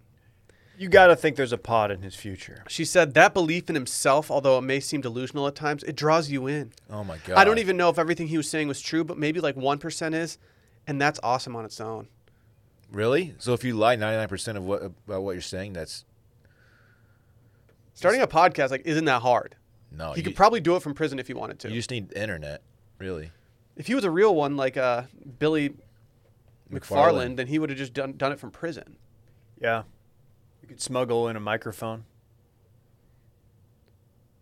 Speaker 2: You gotta think there's a pod in his future.
Speaker 1: She said that belief in himself, although it may seem delusional at times, it draws you in.
Speaker 3: Oh my god.
Speaker 1: I don't even know if everything he was saying was true, but maybe like 1% is, and that's awesome on its own.
Speaker 3: really. So if you lie ninety nine percent of what about what you're saying, that's
Speaker 1: Starting a podcast like isn't that hard.
Speaker 3: no.
Speaker 1: he
Speaker 3: Oh, you,
Speaker 1: could probably do it from prison if he wanted to.
Speaker 3: you just need internet, really.
Speaker 1: if he was a real one like uh, Billy McFarland,
Speaker 3: McFarlane.
Speaker 1: then he would have just done, done it from prison.
Speaker 2: Yeah, you could smuggle in a microphone.
Speaker 1: Do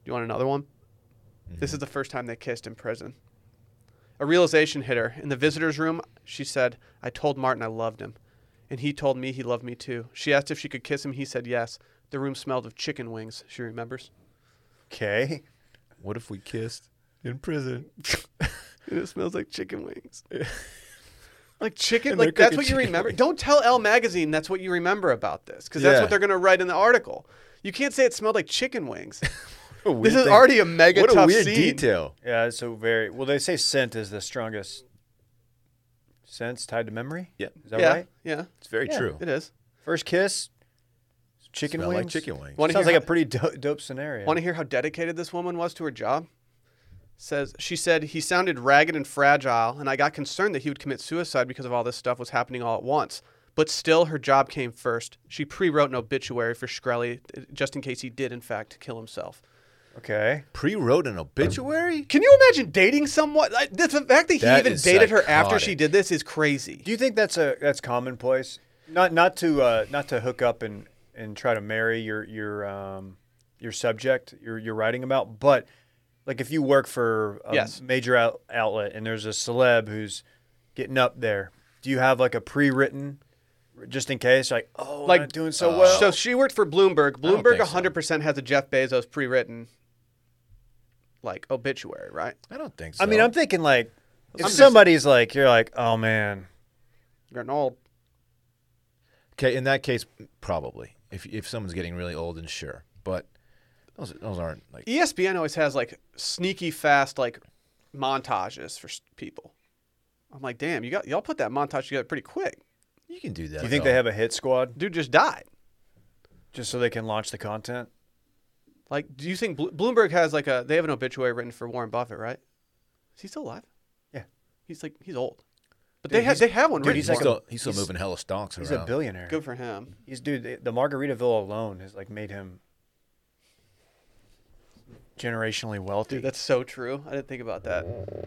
Speaker 1: you want another one? This
Speaker 3: Mm-hmm.
Speaker 1: is the first time they kissed in prison. A realization hit her. In the visitor's room, she said, I told Martin I loved him. And he told me he loved me too. She asked if she could kiss him. He said yes. The room smelled of chicken wings, she remembers.
Speaker 2: Okay.
Speaker 3: What
Speaker 1: <laughs>
Speaker 3: if we kissed in prison?
Speaker 1: And it smells like chicken wings. <laughs> Like chicken,
Speaker 3: And they're
Speaker 1: like that's
Speaker 3: cooking
Speaker 1: what you
Speaker 3: chicken
Speaker 1: remember.
Speaker 3: wings.
Speaker 1: Don't tell Elle magazine that's what you remember about this because that's
Speaker 3: Yeah.
Speaker 1: what they're going to write in the article. You can't say it smelled like chicken
Speaker 3: <laughs>
Speaker 1: wings.
Speaker 3: What
Speaker 1: this
Speaker 3: a weird
Speaker 1: is
Speaker 3: thing.
Speaker 1: already a mega
Speaker 3: What a
Speaker 1: tough
Speaker 3: weird
Speaker 1: scene.
Speaker 3: detail.
Speaker 2: Yeah, it's so very well. They say scent is the strongest sense tied to memory.
Speaker 3: Yeah,
Speaker 2: Is that
Speaker 1: yeah,
Speaker 2: right?
Speaker 1: yeah,
Speaker 3: it's very true.
Speaker 1: it is.
Speaker 2: First kiss, chicken
Speaker 3: Smell
Speaker 2: wings.
Speaker 3: like chicken wings.
Speaker 1: Wanna
Speaker 2: Sounds
Speaker 1: hear
Speaker 2: like a
Speaker 1: how-
Speaker 2: pretty do- dope scenario.
Speaker 1: Want to hear how dedicated this woman was to her job? Says she said he sounded ragged and fragile, and I got concerned that he would commit suicide because of all this stuff was happening all at once. But still, her job came first. She pre-wrote an obituary for Shkreli uh, just in case he did, in fact, kill himself.
Speaker 2: okay.
Speaker 3: Pre-wrote an obituary.
Speaker 1: Can you imagine dating someone? Like, the the fact that he
Speaker 3: That
Speaker 1: even
Speaker 3: is
Speaker 1: dated her after she
Speaker 3: psychotic.
Speaker 1: did this is crazy.
Speaker 2: Do you think that's a that's commonplace? Not not to uh, not to hook up and, and try to marry your your um, your subject you're you're writing about, but like if you work for a
Speaker 1: Yes.
Speaker 2: major out- outlet and there's a celeb who's getting up there, do you have like a pre-written just in case? Like oh,
Speaker 1: Like-
Speaker 2: like
Speaker 1: uh,
Speaker 2: doing so well.
Speaker 1: So she worked for Bloomberg.
Speaker 3: don't
Speaker 1: Bloomberg
Speaker 3: think so.
Speaker 1: 100% has a Jeff Bezos pre-written like obituary, right?
Speaker 3: I don't think so.
Speaker 2: I mean, I'm thinking like if
Speaker 1: I'm just-
Speaker 2: somebody's like you're like oh man,
Speaker 1: You're an old
Speaker 3: okay. In that case, probably if if someone's getting really old, then sure. But those those aren't like
Speaker 1: ESPN always has like sneaky fast like montages for s- people. I'm like, "Damn, you got y'all put that montage together pretty quick.
Speaker 3: you can do that.
Speaker 2: do you think they have a hit squad
Speaker 1: Dude just died."
Speaker 2: just so they can launch the content?
Speaker 1: Like, do you think Blo- Bloomberg has like a they have an obituary written for Warren Buffett, right? Is he still alive?
Speaker 2: Yeah.
Speaker 1: He's like he's old. But
Speaker 2: Dude,
Speaker 1: they have
Speaker 2: he's-
Speaker 1: they have one
Speaker 2: dude,
Speaker 1: written.
Speaker 3: He's,
Speaker 2: He's
Speaker 1: for
Speaker 2: like
Speaker 1: him.
Speaker 3: still he's still moving hella stonks
Speaker 2: He's
Speaker 3: around.
Speaker 2: a billionaire.
Speaker 1: good for him.
Speaker 2: He's dude. The, the Margaritaville alone has like made him generationally wealthy.
Speaker 1: Dude, that's so true. I didn't think about that. <sighs>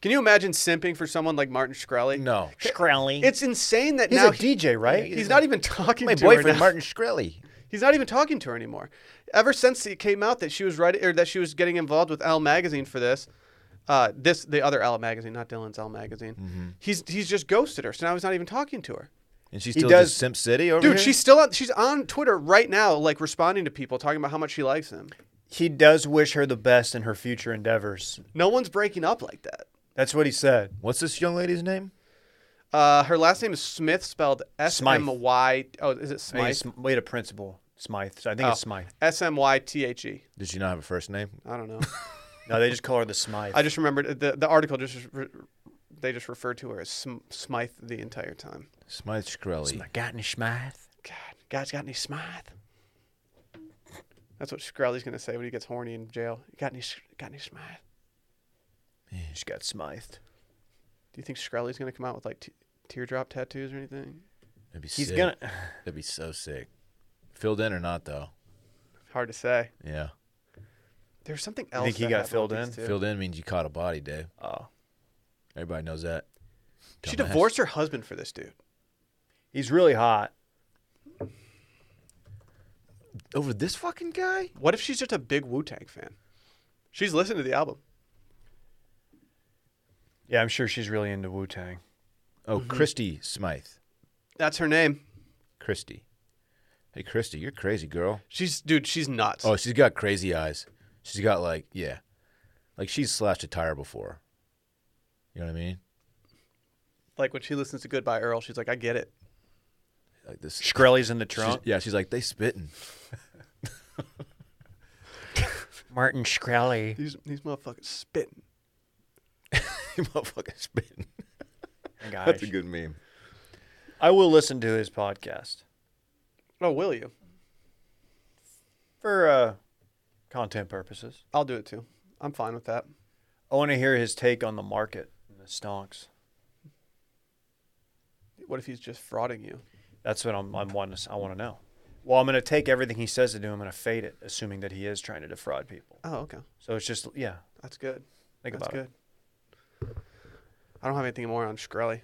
Speaker 1: Can you imagine simping for someone like Martin Shkreli?
Speaker 3: No,
Speaker 2: <laughs> Scrally.
Speaker 1: It's insane that
Speaker 2: he's
Speaker 1: now
Speaker 2: a
Speaker 1: he-
Speaker 2: DJ, right?
Speaker 1: he's not even talking
Speaker 3: my
Speaker 1: to her
Speaker 3: boyfriend
Speaker 1: now.
Speaker 3: Martin Shkreli.
Speaker 1: He's not even talking to her anymore. Ever since it came out that she was writing or that she was getting involved with Elle magazine for this, uh, this the other Elle magazine, not Dylan's Elle magazine. He's he's just ghosted her, so now he's not even talking to her.
Speaker 3: And she's still
Speaker 2: does-
Speaker 3: just Simp City over
Speaker 1: Dude,
Speaker 3: here?
Speaker 1: she's still on, she's on Twitter right now, like responding to people talking about how much she likes him.
Speaker 2: he does wish her the best in her future endeavors.
Speaker 1: No one's breaking up like that.
Speaker 2: That's what he said.
Speaker 3: What's this young lady's name? <laughs>
Speaker 1: Uh, her last name is Smith, spelled S M Y. Oh, is it
Speaker 2: I think
Speaker 1: Smythe?
Speaker 2: it's Sm- Wait, a principal Smythe. So I think it's Smythe.
Speaker 1: S M Y T H E.
Speaker 3: Did she not have a first name?
Speaker 1: I don't know.
Speaker 2: No, they just call her the <laughs> Smythe.
Speaker 1: I just remembered the the article just re- they just referred to her as Sm- Smythe the entire time.
Speaker 3: Smythe Shkreli.
Speaker 2: I got any Smythe.
Speaker 1: God, guy's got any Smythe? That's what Shkreli's gonna say when he gets horny in jail. You got any? Sh- Got any Smythe?
Speaker 2: She got Smythed.
Speaker 1: Do you think Shkreli's gonna come out with like t- teardrop tattoos or anything?
Speaker 3: That'd be
Speaker 2: He's
Speaker 3: sick.
Speaker 2: gonna.
Speaker 3: That'd be so sick. Filled in or not though?
Speaker 1: Hard to say.
Speaker 3: Yeah.
Speaker 1: There's something else.
Speaker 2: think he
Speaker 1: that
Speaker 2: got
Speaker 1: happened
Speaker 2: filled
Speaker 1: with
Speaker 2: in?
Speaker 1: these two.
Speaker 3: Filled in means you caught a body, Dave.
Speaker 2: Oh,
Speaker 3: Everybody knows that.
Speaker 1: She
Speaker 3: Dumbass.
Speaker 1: divorced her husband for this dude.
Speaker 2: he's really hot.
Speaker 3: over this fucking guy.
Speaker 1: What if she's just a big Wu Tang fan? She's listened to the album.
Speaker 2: Yeah, I'm sure she's really into Wu Tang.
Speaker 3: Oh, Christy Smythe.
Speaker 1: That's her name.
Speaker 3: Christy. Hey, Christy, you're crazy, girl.
Speaker 1: She's dude. She's nuts.
Speaker 3: Oh, she's got crazy eyes. She's got like, yeah, like she's slashed a tire before. You know what I mean?
Speaker 1: Like when she listens to Goodbye Earl, she's like, I get it.
Speaker 3: Like this. she's-
Speaker 2: Shkreli's in the trunk.
Speaker 3: yeah, she's like they spitting. <laughs>
Speaker 2: Martin Shkreli.
Speaker 1: These these motherfuckers spitting.
Speaker 3: You
Speaker 1: <laughs>
Speaker 3: motherfucking spitting.
Speaker 2: Gosh.
Speaker 3: That's a good meme.
Speaker 2: I will listen to his podcast
Speaker 1: Oh, will you?
Speaker 2: for uh, content purposes.
Speaker 1: I'll do it too. I'm fine with that.
Speaker 2: I want to hear his take on the market and the stonks.
Speaker 1: What if he's just frauding you?
Speaker 2: That's what I'm, I'm wanting. To, si want to know. Well, I'm going to take everything he says to do. I'm going to fade it, assuming that he is trying to defraud people.
Speaker 1: Oh, okay.
Speaker 2: So it's just yeah.
Speaker 1: That's good. That's
Speaker 2: Think about
Speaker 1: good.
Speaker 2: it.
Speaker 1: I don't have anything more on Shkreli.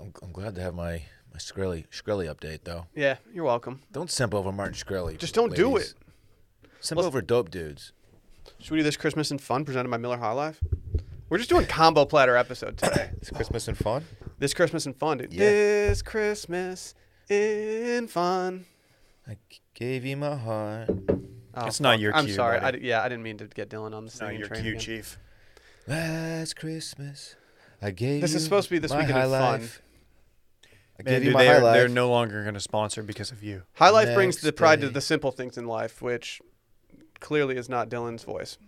Speaker 3: I'm, I'm glad to have my my Shkreli Shkreli update though.
Speaker 1: Yeah, you're welcome.
Speaker 3: Don't simp over Martin Shkreli.
Speaker 1: Just don't do
Speaker 3: ladies.
Speaker 1: it.
Speaker 3: Simp over dope dudes.
Speaker 1: Should we do this Christmas and fun presented by Miller High Life? We're just doing combo platter episode
Speaker 2: <coughs>
Speaker 1: today.
Speaker 3: It's Christmas and fun.
Speaker 1: this Christmas and fun, dude.
Speaker 3: Yeah.
Speaker 1: This Christmas in fun.
Speaker 3: I g- gave you my heart.
Speaker 1: Oh,
Speaker 2: It's not
Speaker 1: fuck.
Speaker 2: your
Speaker 1: I'm
Speaker 2: cue,
Speaker 1: sorry.
Speaker 2: buddy.
Speaker 1: I d- yeah, I didn't mean to get Dylan on the
Speaker 2: No,
Speaker 1: singing
Speaker 2: you're
Speaker 1: train.
Speaker 2: cute,
Speaker 1: again.
Speaker 2: Chief.
Speaker 3: Last Christmas, I gave
Speaker 1: This is
Speaker 3: you
Speaker 1: supposed to be this
Speaker 3: my
Speaker 1: weekend
Speaker 3: high
Speaker 1: in fun.
Speaker 3: life. I
Speaker 2: Man,
Speaker 3: gave you
Speaker 2: dude,
Speaker 3: my
Speaker 2: they're,
Speaker 3: high life.
Speaker 2: they're no longer going to sponsor because of you.
Speaker 1: High life brings
Speaker 3: Next
Speaker 1: the pride to
Speaker 3: day.
Speaker 1: the simple things in life, which clearly is not Dylan's voice.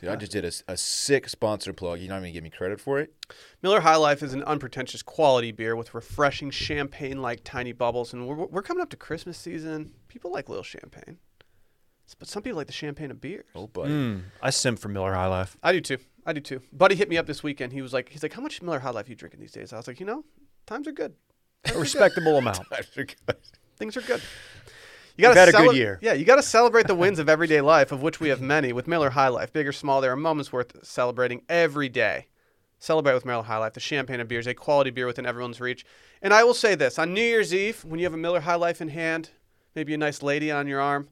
Speaker 3: Dude, I just did a, a sick sponsor plug. You're not even gonna give me credit for it.
Speaker 1: Miller High Life is an unpretentious quality beer with refreshing champagne like tiny bubbles. And we're, we're coming up to Christmas season. People like little champagne, but some people like the champagne of beers.
Speaker 3: Oh, buddy.
Speaker 1: Mm.
Speaker 2: Hmm. I simp for Miller High Life.
Speaker 1: I do too. I do too. Buddy hit me up this weekend. He was like, he's like, how much Miller High Life you drinking these days? I was like, you know, times are good.
Speaker 2: A respectable amount.
Speaker 1: Things are good. You gotta
Speaker 2: had a good
Speaker 1: cele-
Speaker 2: year.
Speaker 1: Yeah, you got to celebrate the wins of everyday life, of which we have many. With Miller High Life, big or small, there are moments worth celebrating every day. Celebrate with Miller High Life, the champagne of beers, a quality beer within everyone's reach. And I will say this on New Year's Eve, when you have a Miller High Life in hand, maybe a nice lady on your arm,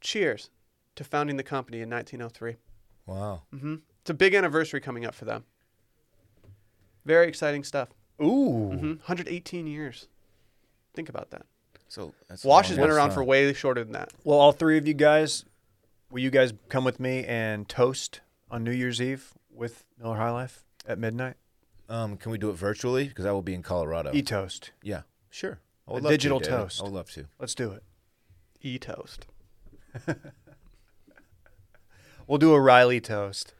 Speaker 1: cheers to founding the company in 1903.
Speaker 3: Wow.
Speaker 1: Mm-hmm. It's a big anniversary coming up for them. Very exciting stuff.
Speaker 2: <laughs> Ooh.
Speaker 1: Mhm. 118 years. Think about that.
Speaker 3: So that's
Speaker 1: Wash
Speaker 3: a
Speaker 1: has
Speaker 3: long
Speaker 1: been
Speaker 3: ass
Speaker 1: around
Speaker 3: time.
Speaker 1: for way shorter than that.
Speaker 2: Well, all three of you guys, will you guys come with me and toast on New Year's Eve with Miller High Life at midnight?
Speaker 3: Um, can we do it virtually? Because I will be in Colorado.
Speaker 2: E toast.
Speaker 3: yeah, sure. I
Speaker 2: A
Speaker 3: would love to,
Speaker 2: digital
Speaker 3: David.
Speaker 2: toast.
Speaker 3: I would love to.
Speaker 2: Let's do it.
Speaker 1: E toast.
Speaker 2: We'll do a Riley toast.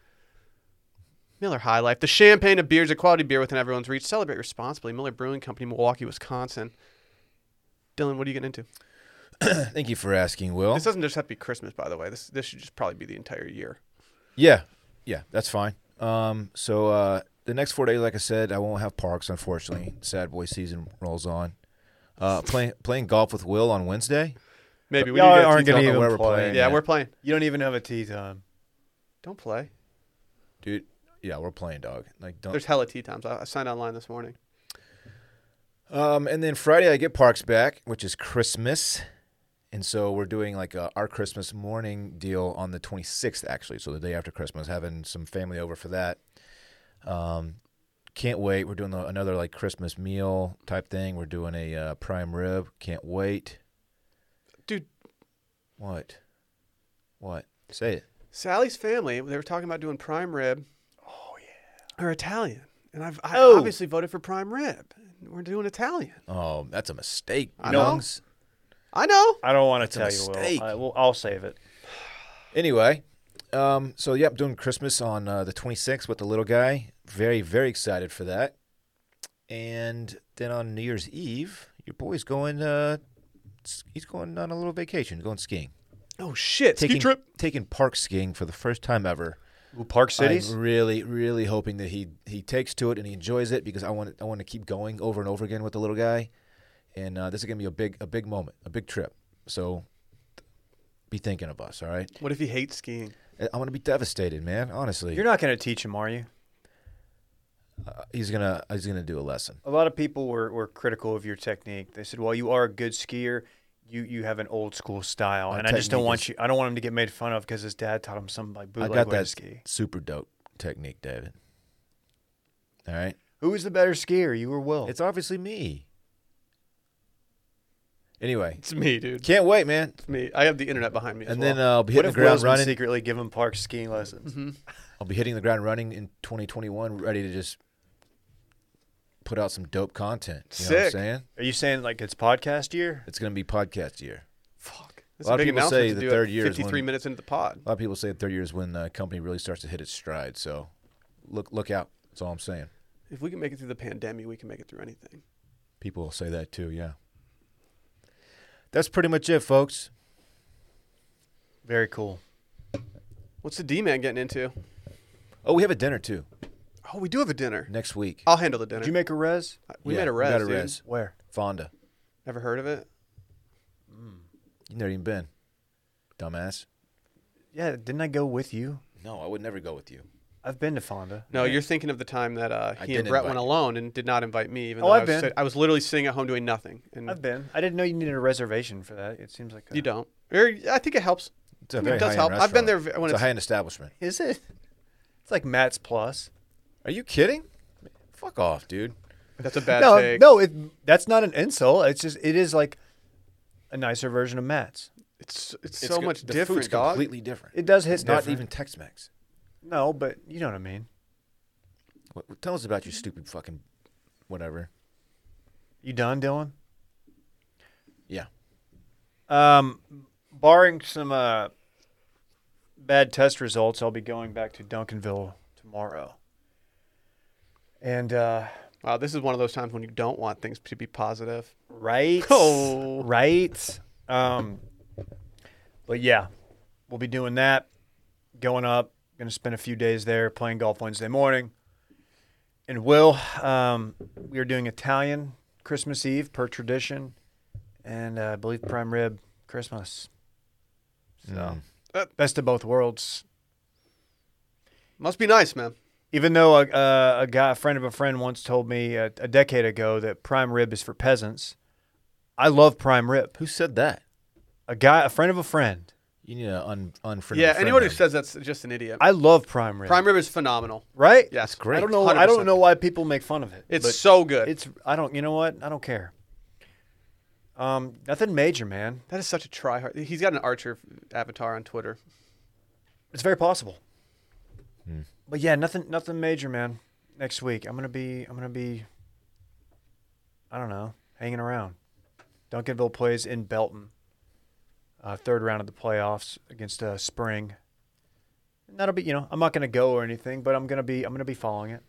Speaker 1: Miller High Life, the champagne of beers, a quality beer within everyone's reach. Celebrate responsibly. Miller Brewing Company, Milwaukee, Wisconsin. Dylan, what are you getting into?
Speaker 3: Thank you for asking, Will.
Speaker 1: This doesn't just have to be Christmas, by the way. This this should just probably be the entire year.
Speaker 3: Yeah, yeah, that's fine. Um, so uh, the next four days, like I said, I won't have parks. Unfortunately, sad boy season rolls on. Uh, playing playing golf with Will on Wednesday.
Speaker 1: Maybe we
Speaker 2: Y'all
Speaker 1: need to get
Speaker 2: aren't
Speaker 1: Tito-
Speaker 2: gonna
Speaker 3: Don't know
Speaker 2: even
Speaker 3: where we're
Speaker 2: play.
Speaker 3: playing.
Speaker 1: Yeah,
Speaker 3: yet.
Speaker 1: we're playing.
Speaker 2: You don't even have a tea time.
Speaker 1: Don't play.
Speaker 3: dude. Yeah, we're playing, dog. Like don't.
Speaker 1: There's hella tea times. I, I signed online this morning.
Speaker 3: Um, and then Friday I get parks back, which is Christmas, and so we're doing like uh our Christmas morning deal on the 26th, actually, so the day after Christmas, having some family over for that. Um, can't wait. We're doing the, another like Christmas meal type thing. We're doing a uh, prime rib. Can't wait.
Speaker 1: Dude,
Speaker 3: What? What? Say it.
Speaker 1: Sally's family, they were talking about doing prime rib. Oh, yeah. Or Italian. And I've I
Speaker 2: Oh.
Speaker 1: obviously voted for prime rib. We're doing Italian.
Speaker 3: Oh, that's a mistake.
Speaker 1: I know.
Speaker 3: Lungs.
Speaker 1: I know.
Speaker 2: I don't want to
Speaker 3: a
Speaker 2: tell you,
Speaker 3: mistake.
Speaker 2: Will. I, will I'll save it.
Speaker 3: Anyway, um, so yep, doing Christmas on uh, the 26th with the little guy. Very, very excited for that. And then on New Year's Eve, your boy's going. Uh, s- he's going on a little vacation, going skiing,
Speaker 1: Oh, shit. Ski
Speaker 3: taking
Speaker 1: trip.
Speaker 3: taking park skiing for the first time ever.
Speaker 2: Ooh, Park Cities?
Speaker 3: I'm really, really hoping that he he takes to it and he enjoys it because I want I want to keep going over and over again with the little guy, and uh, this is gonna be a big a big moment, a big trip. So be thinking of us, all right?
Speaker 1: What if he hates skiing?
Speaker 3: I- I'm gonna be devastated, man. Honestly,
Speaker 2: You're not going to teach him, are you?
Speaker 3: he's gonna he's gonna do a lesson.
Speaker 2: A lot of people were, were critical of your technique. They said, "Well, you are a good skier. You you have an old school style."
Speaker 3: My
Speaker 2: and I just don't
Speaker 3: technique
Speaker 2: want
Speaker 3: is-
Speaker 2: you. I don't want him to get made fun of because his dad taught him some like
Speaker 3: I
Speaker 2: bootleg
Speaker 3: got
Speaker 2: way
Speaker 3: that
Speaker 2: to ski.
Speaker 3: super dope technique, David. All right,
Speaker 2: Who is the better skier, you or Will?
Speaker 3: it's obviously me. Anyway,
Speaker 1: It's me, dude.
Speaker 3: can't wait, man.
Speaker 1: me. I have the internet behind me. as
Speaker 3: And
Speaker 1: well.
Speaker 3: then uh, I'll be
Speaker 2: what
Speaker 3: hitting
Speaker 2: if
Speaker 3: the ground
Speaker 2: Will's
Speaker 3: running.
Speaker 2: running? secretly give him Park skiing lessons?
Speaker 3: I'll be hitting the ground running in 2021, ready to just put out some dope content. You know what I'm
Speaker 1: Sick.
Speaker 3: saying?
Speaker 2: Are you saying like it's podcast year?
Speaker 3: It's going to be podcast year.
Speaker 1: Fuck. That's
Speaker 3: A lot
Speaker 1: a big
Speaker 3: of people
Speaker 1: announcement
Speaker 3: say
Speaker 1: to
Speaker 3: the
Speaker 1: do
Speaker 3: third
Speaker 1: at
Speaker 3: year is
Speaker 1: 53
Speaker 3: when-
Speaker 1: minutes into the pod.
Speaker 3: A lot of people say third year is when the company really starts to hit its stride. So look look out. That's all I'm saying.
Speaker 1: If we can make it through the pandemic, we can make it through anything.
Speaker 3: People will say that too, yeah. That's pretty much it, folks.
Speaker 2: Very cool.
Speaker 1: What's the D man getting into?
Speaker 3: Oh, we have a dinner too
Speaker 1: Oh, we do have a dinner.
Speaker 3: next week.
Speaker 1: I'll handle the dinner. Uh,
Speaker 2: Did you make a res?
Speaker 1: Oh, we
Speaker 3: Yeah,
Speaker 1: made a
Speaker 3: we
Speaker 1: res.
Speaker 3: got a
Speaker 1: dude.
Speaker 3: res.
Speaker 2: Where?
Speaker 3: Fonda.
Speaker 1: Never heard of it.
Speaker 3: You've never even been. Dumbass.
Speaker 2: Yeah, didn't I go with you?
Speaker 3: No, I would never go with you.
Speaker 2: I've been to Fonda.
Speaker 1: No, you're thinking of the time that uh,
Speaker 3: I
Speaker 1: he and
Speaker 3: did
Speaker 1: Brett
Speaker 3: invite
Speaker 1: went
Speaker 3: you.
Speaker 1: alone and did not invite me. Even
Speaker 2: Oh,
Speaker 1: though
Speaker 2: I've
Speaker 1: I was,
Speaker 2: been.
Speaker 1: sit- I was literally sitting at home doing nothing. And
Speaker 2: I've been. I didn't know you needed a reservation for that. It seems like a,
Speaker 1: Mm. you don't. Or, I think it helps.
Speaker 3: It's a
Speaker 1: It
Speaker 3: very
Speaker 1: does help.
Speaker 3: high-end
Speaker 1: I've been
Speaker 3: restaurant.
Speaker 1: there v- when
Speaker 3: it's a
Speaker 1: it's-
Speaker 3: high end establishment.
Speaker 2: Is it? It's like Matt's Plus.
Speaker 3: Are you kidding? Fuck off, dude.
Speaker 1: That's a
Speaker 3: <laughs>
Speaker 1: bad
Speaker 2: no,
Speaker 1: take.
Speaker 2: no, it, that's not an insult. It's just it is like a nicer version of Matt's.
Speaker 1: It's it's,
Speaker 3: It's
Speaker 1: so
Speaker 3: go-
Speaker 1: much
Speaker 3: the
Speaker 1: different,
Speaker 3: Food's
Speaker 1: dog.
Speaker 3: completely different.
Speaker 2: It does hit
Speaker 3: It's not
Speaker 2: different.
Speaker 3: even Tex-Mex.
Speaker 2: no, but you know what I mean.
Speaker 3: What, what- tell us about your stupid fucking whatever.
Speaker 2: You done, Dylan?
Speaker 3: Yeah.
Speaker 2: Um, barring some uh, bad test results, I'll be going back to Duncanville tomorrow. And uh,
Speaker 1: Wow, this is one of those times when you don't want things to be positive.
Speaker 2: right,
Speaker 1: Oh.
Speaker 2: right. Um, but yeah, we'll be doing that. Going up, gonna spend a few days there playing golf Wednesday morning. And Will, um, we are doing Italian Christmas Eve per tradition, and uh, I believe prime rib Christmas. So. Best of both worlds.
Speaker 1: Must be nice, man.
Speaker 2: Even though a, uh, a guy, a friend of a friend, once told me a, a decade ago that prime rib is for peasants, I love prime rib.
Speaker 3: Who said that?
Speaker 2: A guy, a friend of a friend,
Speaker 3: You need to un unfriend.
Speaker 1: yeah,
Speaker 3: friend
Speaker 1: anyone who
Speaker 3: him.
Speaker 1: says that's just an idiot.
Speaker 2: I love prime rib.
Speaker 1: Prime rib is phenomenal.
Speaker 2: right?
Speaker 1: Yeah, it's great.
Speaker 2: I don't know. I don't know why people make fun of it.
Speaker 1: It's
Speaker 2: but
Speaker 1: so good.
Speaker 2: It's. I don't. You know what? I don't care. Um, nothing major, man.
Speaker 1: that is such a try hard. He's got an archer avatar on Twitter.
Speaker 2: It's very possible. But yeah, nothing. Nothing major, man. Next week, I'm gonna be. I'm gonna be. I don't know, hanging around. Duncanville plays in Belton. Uh, third round of the playoffs against uh, Spring. And that'll be. You know, I'm not gonna go or anything, but I'm gonna be. I'm gonna be following it.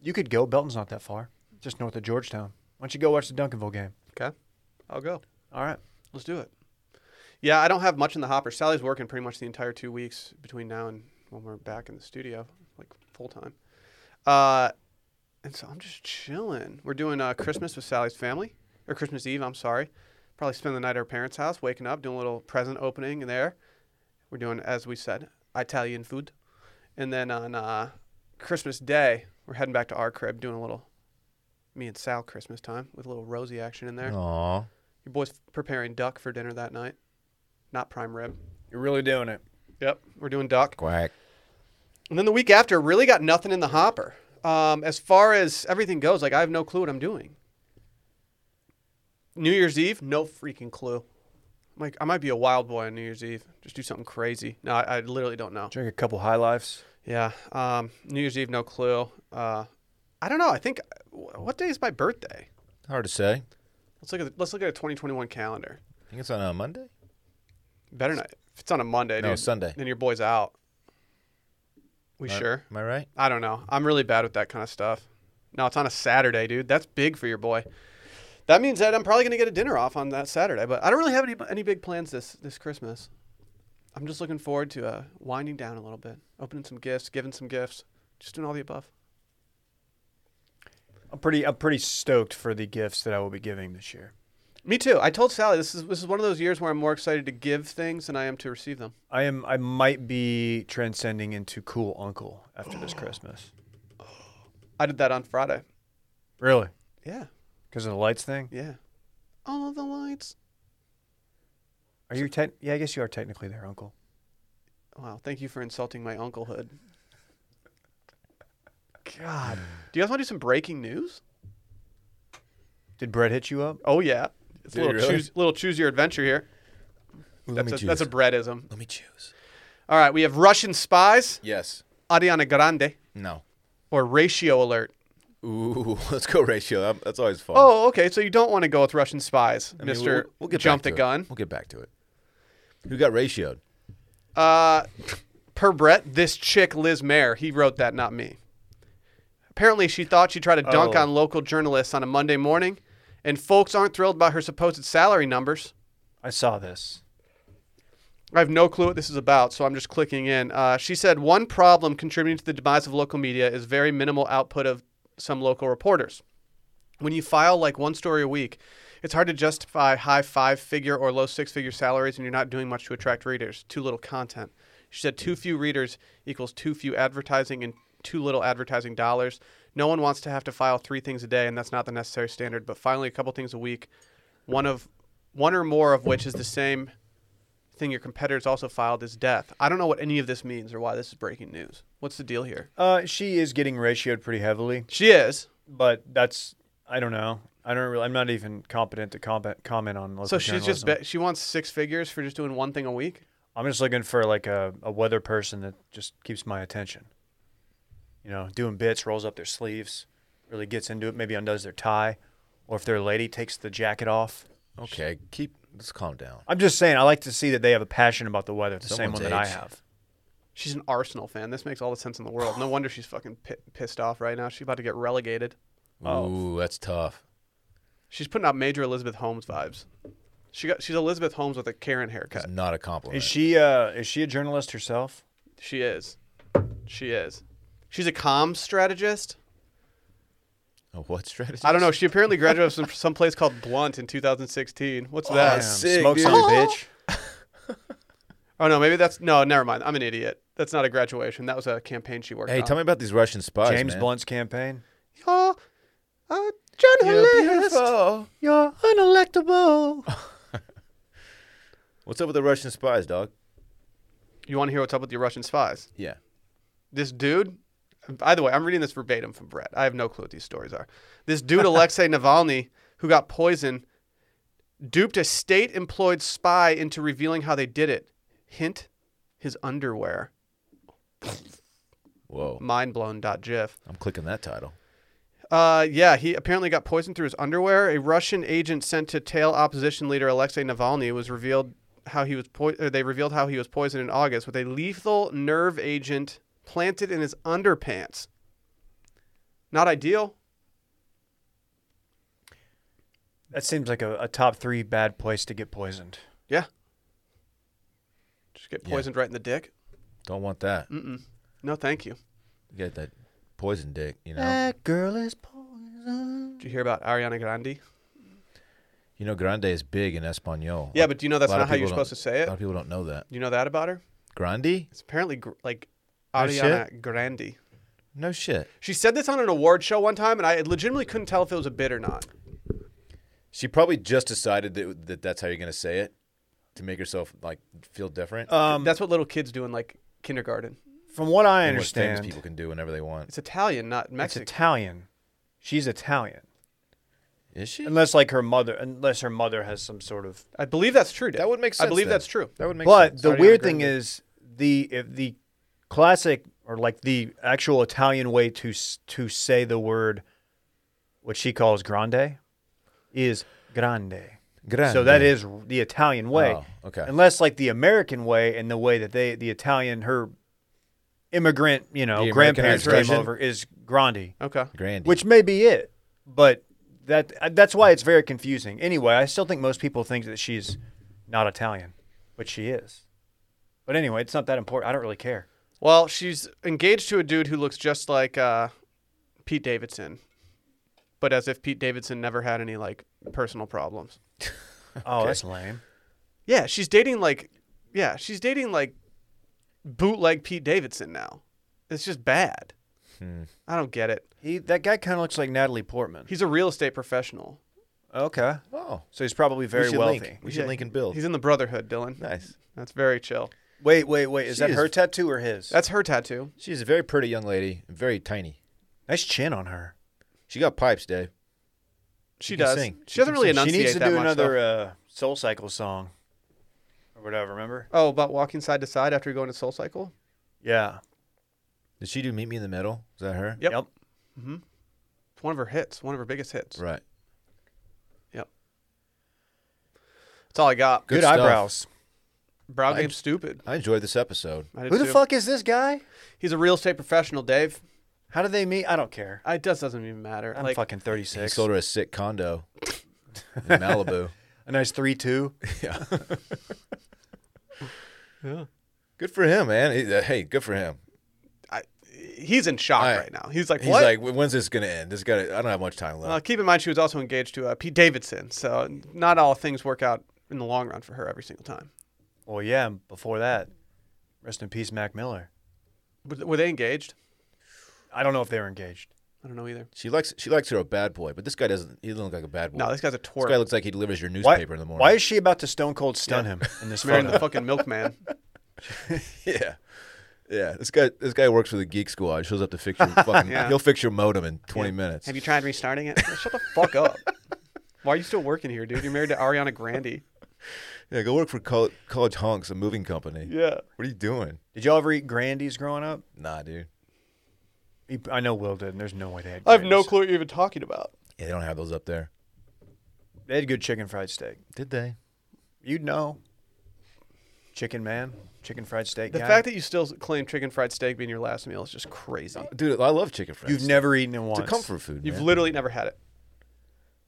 Speaker 2: You could go. Belton's not that far. Just north of Georgetown. Why don't you go watch the Duncanville game?
Speaker 1: Okay, I'll go.
Speaker 2: All right.
Speaker 1: Let's do it. Yeah, I don't have much in the hopper. Sally's working pretty much the entire two weeks between now and when we're back in the studio, like full time. Uh, and so I'm just chilling. We're doing uh, Christmas with Sally's family, or Christmas Eve, I'm sorry. Probably spend the night at her parents' house, waking up, doing a little present opening there. We're doing, as we said, Italian food. And then on uh, Christmas Day, we're heading back to our crib, doing a little me and Sal Christmas time with a little rosy action in there.
Speaker 3: Aw.
Speaker 1: Your boy's preparing duck for dinner that night. Not prime rib.
Speaker 2: You're really doing it.
Speaker 1: Yep. We're doing duck.
Speaker 3: Quack.
Speaker 1: And then the week after, really got nothing in the hopper. Um, as far as everything goes, like I have no clue what I'm doing. New Year's Eve, no freaking clue. I'm like, I might be a wild boy on New Year's Eve. Just do something crazy. No, I, I literally don't know.
Speaker 2: Drink a couple high lifes.
Speaker 1: Yeah. Um, New Year's Eve, no clue. Uh, I don't know. I think, wh- what day is my birthday?
Speaker 3: Hard to say.
Speaker 1: Let's look at the, let's look at a 2021 calendar.
Speaker 3: I think it's on a Monday.
Speaker 1: Better not. If it's on a Monday,
Speaker 3: No,
Speaker 1: dude,
Speaker 3: Sunday.
Speaker 1: Then your boy's out. We sure?
Speaker 3: Am I right?
Speaker 1: I don't know. I'm really bad with that kind of stuff. No, it's on a Saturday, dude. That's big for your boy. That means that I'm probably going to get a dinner off on that Saturday, but I don't really have any, any big plans this, this Christmas. I'm just looking forward to uh, winding down a little bit, opening some gifts, giving some gifts, just doing all the above.
Speaker 2: I'm pretty I'm pretty stoked for the gifts that I will be giving this year.
Speaker 1: Me too. I told Sally this is this is one of those years where I'm more excited to give things than I am to receive them.
Speaker 2: I am I might be transcending into cool uncle
Speaker 1: <gasps>
Speaker 2: after this Christmas.
Speaker 1: I did that on Friday.
Speaker 2: Really?
Speaker 1: Yeah,
Speaker 2: Because of the lights thing?
Speaker 1: yeah. All of the lights.
Speaker 2: Are you tech Yeah, I guess you are technically there, uncle.
Speaker 1: Wow, thank you for insulting my unclehood. God. Do you guys want to do some breaking news?
Speaker 2: Did Brett hit you up?
Speaker 1: Oh yeah. It's a
Speaker 3: Did he
Speaker 1: little
Speaker 3: really?
Speaker 1: choose little choose your adventure here.
Speaker 3: Ooh, let me
Speaker 1: That's a,
Speaker 3: choose.
Speaker 1: that's a breadism.
Speaker 3: let me choose.
Speaker 1: All right, we have Russian spies,
Speaker 3: Yes.
Speaker 1: Ariana Grande,
Speaker 3: No.
Speaker 1: or ratio alert.
Speaker 3: Ooh, <laughs> let's go ratio. That- That's always fun.
Speaker 1: Oh, okay. So you don't want to go with Russian spies,
Speaker 3: I mean,
Speaker 1: Mister. jump
Speaker 3: back
Speaker 1: the
Speaker 3: to it.
Speaker 1: gun.
Speaker 3: We'll get back to it. Who got ratioed?
Speaker 1: Uh, per Brett, this chick Liz Mayer. He wrote that, not me. Apparently, she thought she tried to dunk
Speaker 2: Oh.
Speaker 1: on local journalists on a Monday morning, and folks aren't thrilled about her supposed salary numbers.
Speaker 2: I saw this.
Speaker 1: I have no clue what this is about, so I'm just clicking in. Uh, she said one problem contributing to the demise of local media is very minimal output of some local reporters. When you file like one story a week, it's hard to justify high five figure or low six figure salaries, and you're not doing much to attract readers. Too little content. She said too few readers equals too few advertising and too little advertising dollars. No one wants to have to file three things a day, and that's not the necessary standard. But finally, a couple things a week, one of one or more of which is the same thing your competitors also filed is death. I don't know what any of this means or why this is breaking news. What's the deal here?
Speaker 2: Uh, she is getting ratioed pretty heavily,
Speaker 1: She is.
Speaker 2: but that's I don't know. I don't really. I'm not even competent to comment comment on local
Speaker 1: So she's just
Speaker 2: journalism.
Speaker 1: be- she wants six figures for just doing one thing a week.
Speaker 2: I'm just looking for like a, a weather person that just keeps my attention. you know, doing bits, rolls up their sleeves, really gets into it, maybe undoes their tie, or if they're a lady, takes the jacket off.
Speaker 3: Okay, keep let's calm down.
Speaker 2: I'm just saying, I like to see that they have a passion about the weather, the same
Speaker 3: Someone's
Speaker 2: one that I
Speaker 3: age.
Speaker 2: have.
Speaker 1: She's an Arsenal fan. This makes all the sense in the world. No wonder she's fucking pi- pissed off right now. She's about to get relegated.
Speaker 3: Ooh, that's tough.
Speaker 1: She's putting out major Elizabeth Holmes vibes. She got she's Elizabeth Holmes with a Karen haircut.
Speaker 3: It's not a
Speaker 2: Is
Speaker 3: compliment.
Speaker 2: she uh is she a journalist herself?
Speaker 1: She is. She is. She's a comms strategist.
Speaker 3: A <laughs> what strategy?
Speaker 1: I don't know. She apparently graduated from some place called Blunt in 2016. What's that?
Speaker 2: Damn,
Speaker 3: Ah, sick,
Speaker 2: smoke
Speaker 3: dude.
Speaker 2: some bitch.
Speaker 1: Oh no, maybe that's no. Never mind. I'm an idiot. That's not a graduation. That was a campaign she worked
Speaker 3: Hey,
Speaker 1: on.
Speaker 3: tell me about these Russian spies,
Speaker 2: James
Speaker 3: man.
Speaker 2: Blunt's campaign.
Speaker 1: You're a journalist.
Speaker 2: You're unelectable.
Speaker 3: What's up with the Russian spies, dog?
Speaker 1: You want to hear what's up with your Russian spies?
Speaker 3: Yeah.
Speaker 1: this dude by the way i'm reading this verbatim from brett i have no clue what these stories are this
Speaker 3: <laughs>
Speaker 1: dude alexei navalny who got poisoned duped a state employed spy into revealing how they did it hint his underwear
Speaker 3: Whoa,
Speaker 1: mindblown.gif
Speaker 3: I'm clicking that title.
Speaker 1: Uh, yeah, he apparently got poisoned through his underwear. A Russian agent sent to tail opposition leader Alexei Navalny was revealed how he was po- or they revealed how he was poisoned in August with a lethal nerve agent planted in his underpants. Not ideal.
Speaker 2: That seems like a, a top three bad place to get poisoned.
Speaker 1: Yeah. Just get poisoned right in the dick.
Speaker 3: Don't want that.
Speaker 1: No, thank you.
Speaker 3: You got that poison dick, you know.
Speaker 2: girl is poison.
Speaker 1: Did you hear about Ariana Grande?
Speaker 3: You know, Grande is big in Espanol.
Speaker 1: Yeah, but do you know that's
Speaker 3: A lot
Speaker 1: not
Speaker 3: of
Speaker 1: how you're
Speaker 3: people don't-
Speaker 1: supposed to say
Speaker 3: A lot
Speaker 1: it?
Speaker 3: of people don't know that.
Speaker 1: Do you know that about her?
Speaker 3: Grande?
Speaker 1: It's apparently gr- like
Speaker 3: No
Speaker 1: Ariana Grande.
Speaker 3: No shit.
Speaker 1: She said this on an award show one time, and I legitimately couldn't tell if it was a bit or not.
Speaker 3: She probably just decided that, that that's how you're gonna say it to make herself like feel different.
Speaker 2: Um,
Speaker 1: That's what little kids do in like kindergarten.
Speaker 2: from what I
Speaker 3: And what famous
Speaker 2: understand,
Speaker 3: people can do whenever they want.
Speaker 1: It's Italian, not
Speaker 2: it's
Speaker 1: Mexican.
Speaker 2: Italian. She's Italian,
Speaker 3: Is she?
Speaker 2: unless like her mother, unless her mother has some sort of.
Speaker 1: I believe that's true. Dave.
Speaker 3: That would make sense.
Speaker 1: I believe
Speaker 3: then.
Speaker 1: that's true.
Speaker 3: That would make
Speaker 2: but
Speaker 3: sense.
Speaker 2: the
Speaker 1: Ariana
Speaker 2: weird thing
Speaker 1: Grande.
Speaker 2: is the if the classic or like the actual Italian way to s- to say the word, what she calls grande, is grande. So that
Speaker 3: Grande.
Speaker 2: is the Italian way.
Speaker 3: Oh, okay.
Speaker 2: Unless like the American way and the way that they the Italian her immigrant, you know,
Speaker 3: The American
Speaker 2: grandparents came
Speaker 3: expression?
Speaker 2: over is grande,
Speaker 1: Okay.
Speaker 3: Grande.
Speaker 2: which may be it. But that uh, that's why it's very confusing. Anyway, I still think most people think that she's not Italian, but she is. But anyway, it's not that important. I don't really care.
Speaker 1: Well, she's engaged to a dude who looks just like uh, Pete Davidson, but as if Pete Davidson never had any like personal problems.
Speaker 2: Oh, that's lame.
Speaker 1: Yeah, she's dating like, yeah, she's dating like bootleg Pete Davidson now. It's just bad.
Speaker 3: Hmm.
Speaker 1: I don't get it.
Speaker 2: He that guy kind of looks like Natalie Portman.
Speaker 1: He's a real estate professional.
Speaker 2: Okay.
Speaker 3: oh,
Speaker 2: So he's probably
Speaker 3: we
Speaker 2: very
Speaker 3: should
Speaker 2: wealthy.
Speaker 3: Link. We should
Speaker 1: Yeah,
Speaker 3: link and build.
Speaker 1: He's in the Brotherhood, Dylan.
Speaker 3: nice.
Speaker 1: That's very chill.
Speaker 2: Wait, wait, wait. Is
Speaker 3: She
Speaker 2: that
Speaker 3: is-
Speaker 2: her tattoo or his?
Speaker 1: That's her tattoo.
Speaker 3: She's a very pretty young lady, and very tiny.
Speaker 2: nice chin on her.
Speaker 3: She got pipes, Dave.
Speaker 1: She,
Speaker 3: can
Speaker 1: does.
Speaker 3: sing.
Speaker 1: She doesn't really
Speaker 2: She
Speaker 1: enunciate
Speaker 2: needs to
Speaker 1: that
Speaker 2: do
Speaker 1: much,
Speaker 2: another
Speaker 1: though.
Speaker 2: uh, Soul Cycle song or whatever. Remember?
Speaker 1: Oh, about walking side to side after going to Soul Cycle?
Speaker 2: Yeah.
Speaker 3: Did she do Meet Me in the Middle? Is that her?
Speaker 1: Yep. It's one of her hits, one of her biggest hits.
Speaker 3: Right.
Speaker 1: Yep. That's all I got.
Speaker 2: Good,
Speaker 3: Good stuff.
Speaker 2: eyebrows.
Speaker 1: Brown game's stupid.
Speaker 3: I enjoyed this episode.
Speaker 1: I did
Speaker 2: Who the
Speaker 1: too.
Speaker 2: fuck is this guy?
Speaker 1: He's a real estate professional, Dave.
Speaker 2: How did they meet? I don't care.
Speaker 1: I, it just doesn't even matter.
Speaker 2: I'm
Speaker 1: like,
Speaker 2: fucking
Speaker 3: He
Speaker 2: 36.
Speaker 3: sold her a sick <laughs> condo in Malibu.
Speaker 2: A nice 3 2.
Speaker 3: Good for him, man. He- uh, Hey, good for him.
Speaker 1: I, he's in shock
Speaker 3: I-
Speaker 1: right now. He's like,
Speaker 3: He's
Speaker 1: what?
Speaker 3: like, when's this gonna end? This got. to I don't have much time left.
Speaker 1: uh, keep in mind, she was also engaged to uh, Pete Davidson, so not all things work out in the long run for her every single time.
Speaker 2: Well, yeah, and before that, rest in peace, Mac Miller.
Speaker 1: Were, were they engaged?
Speaker 2: I don't know if they were engaged.
Speaker 1: I don't know either.
Speaker 3: She likes. She likes her a bad boy, but this guy doesn't. He doesn't look like a bad boy.
Speaker 1: No, this guy's a
Speaker 3: This
Speaker 1: twerp.
Speaker 3: guy looks like he delivers your
Speaker 2: Why,
Speaker 3: newspaper in the morning.
Speaker 2: why is she about to stone cold stun
Speaker 1: Yeah.
Speaker 2: him
Speaker 1: <laughs>
Speaker 2: in this
Speaker 1: marrying
Speaker 2: <laughs> photo?
Speaker 1: the fucking milkman.
Speaker 3: <laughs> Yeah. Yeah, this guy this guy works for the Geek Squad. Shows up
Speaker 1: <laughs>
Speaker 3: to fix your fucking.
Speaker 1: Yeah.
Speaker 3: He'll fix your modem in 20 minutes.
Speaker 1: Have you tried restarting it? Shut the fuck up. <laughs> Why are you still working here, dude? You're married to Ariana Grande.
Speaker 3: yeah, go work for Col- College Hunks, a moving company.
Speaker 1: Yeah.
Speaker 3: What are you doing?
Speaker 2: Did y'all ever eat Grandies growing up?
Speaker 3: Nah, dude.
Speaker 2: He, I know Will did, and there's no way they had.
Speaker 1: I have no
Speaker 2: Grady's.
Speaker 1: clue what you're even talking about.
Speaker 3: Yeah, they don't have those up there.
Speaker 2: They had good chicken fried steak.
Speaker 3: Did they?
Speaker 2: You'd know. Chicken man, chicken fried steak.
Speaker 1: The
Speaker 2: guy.
Speaker 1: fact that you still claim chicken fried steak being your last meal is just crazy.
Speaker 3: Dude, I love chicken fried.
Speaker 2: you've
Speaker 3: steak.
Speaker 2: never eaten it once.
Speaker 3: It's a comfort food.
Speaker 1: You've
Speaker 3: man.
Speaker 1: literally never had it.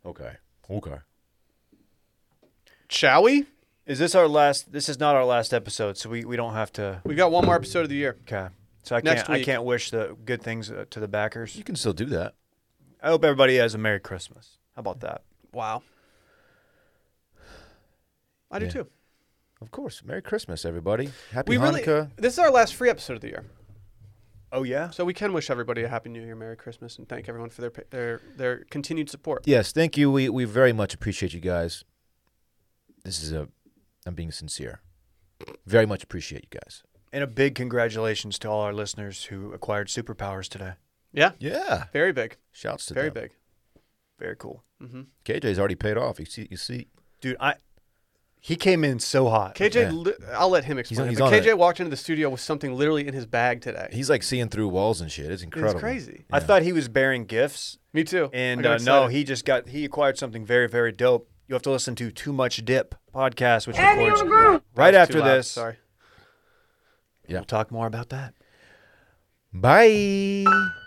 Speaker 3: okay. Okay.
Speaker 1: Shall we?
Speaker 2: Is this our last? This is not our last episode, so we, we don't have to.
Speaker 1: We've got one more episode of the year.
Speaker 2: Okay. So I
Speaker 1: Next
Speaker 2: can't I
Speaker 1: week.
Speaker 2: can't wish the good things uh, to the backers.
Speaker 3: You can still do that.
Speaker 2: I hope everybody has a Merry Christmas. How about that?
Speaker 1: Wow. I do
Speaker 3: Yeah.
Speaker 1: too.
Speaker 3: Of course. Merry Christmas, everybody. Happy
Speaker 1: We really.
Speaker 3: Hanukkah.
Speaker 1: This is our last free episode of the year,
Speaker 2: Oh yeah.
Speaker 1: so we can wish everybody a happy New Year, Merry Christmas, and thank everyone for their pa- their their continued support.
Speaker 3: Yes, thank you. We we very much appreciate you guys. This is a I'm being sincere. Very much appreciate you guys.
Speaker 2: And a big congratulations to all our listeners who acquired superpowers today.
Speaker 1: Yeah.
Speaker 3: Yeah.
Speaker 1: Very big.
Speaker 3: Shouts to
Speaker 1: Very
Speaker 3: them.
Speaker 1: big.
Speaker 2: Very cool,
Speaker 3: KJ's already paid off. You see you see
Speaker 2: dude. I he came in so hot.
Speaker 1: KJ,
Speaker 3: Yeah.
Speaker 1: li- I'll let him explain.
Speaker 3: he's
Speaker 1: it, but
Speaker 3: on
Speaker 1: KJ
Speaker 3: it.
Speaker 1: walked into the studio with something literally in his bag today.
Speaker 3: he's like seeing through walls and shit. It's incredible.
Speaker 1: crazy.
Speaker 2: I thought he was bearing gifts,
Speaker 1: Me too. I
Speaker 2: and
Speaker 1: got
Speaker 2: uh, no,
Speaker 1: excited.
Speaker 2: he just got he acquired something very very dope. You have to listen to Too Much Dip podcast, which
Speaker 4: Andy on the
Speaker 2: records
Speaker 4: groove.
Speaker 2: right
Speaker 1: That's too
Speaker 2: after
Speaker 1: loud.
Speaker 2: this.
Speaker 1: Sorry.
Speaker 2: We'll talk more about that.
Speaker 3: Bye.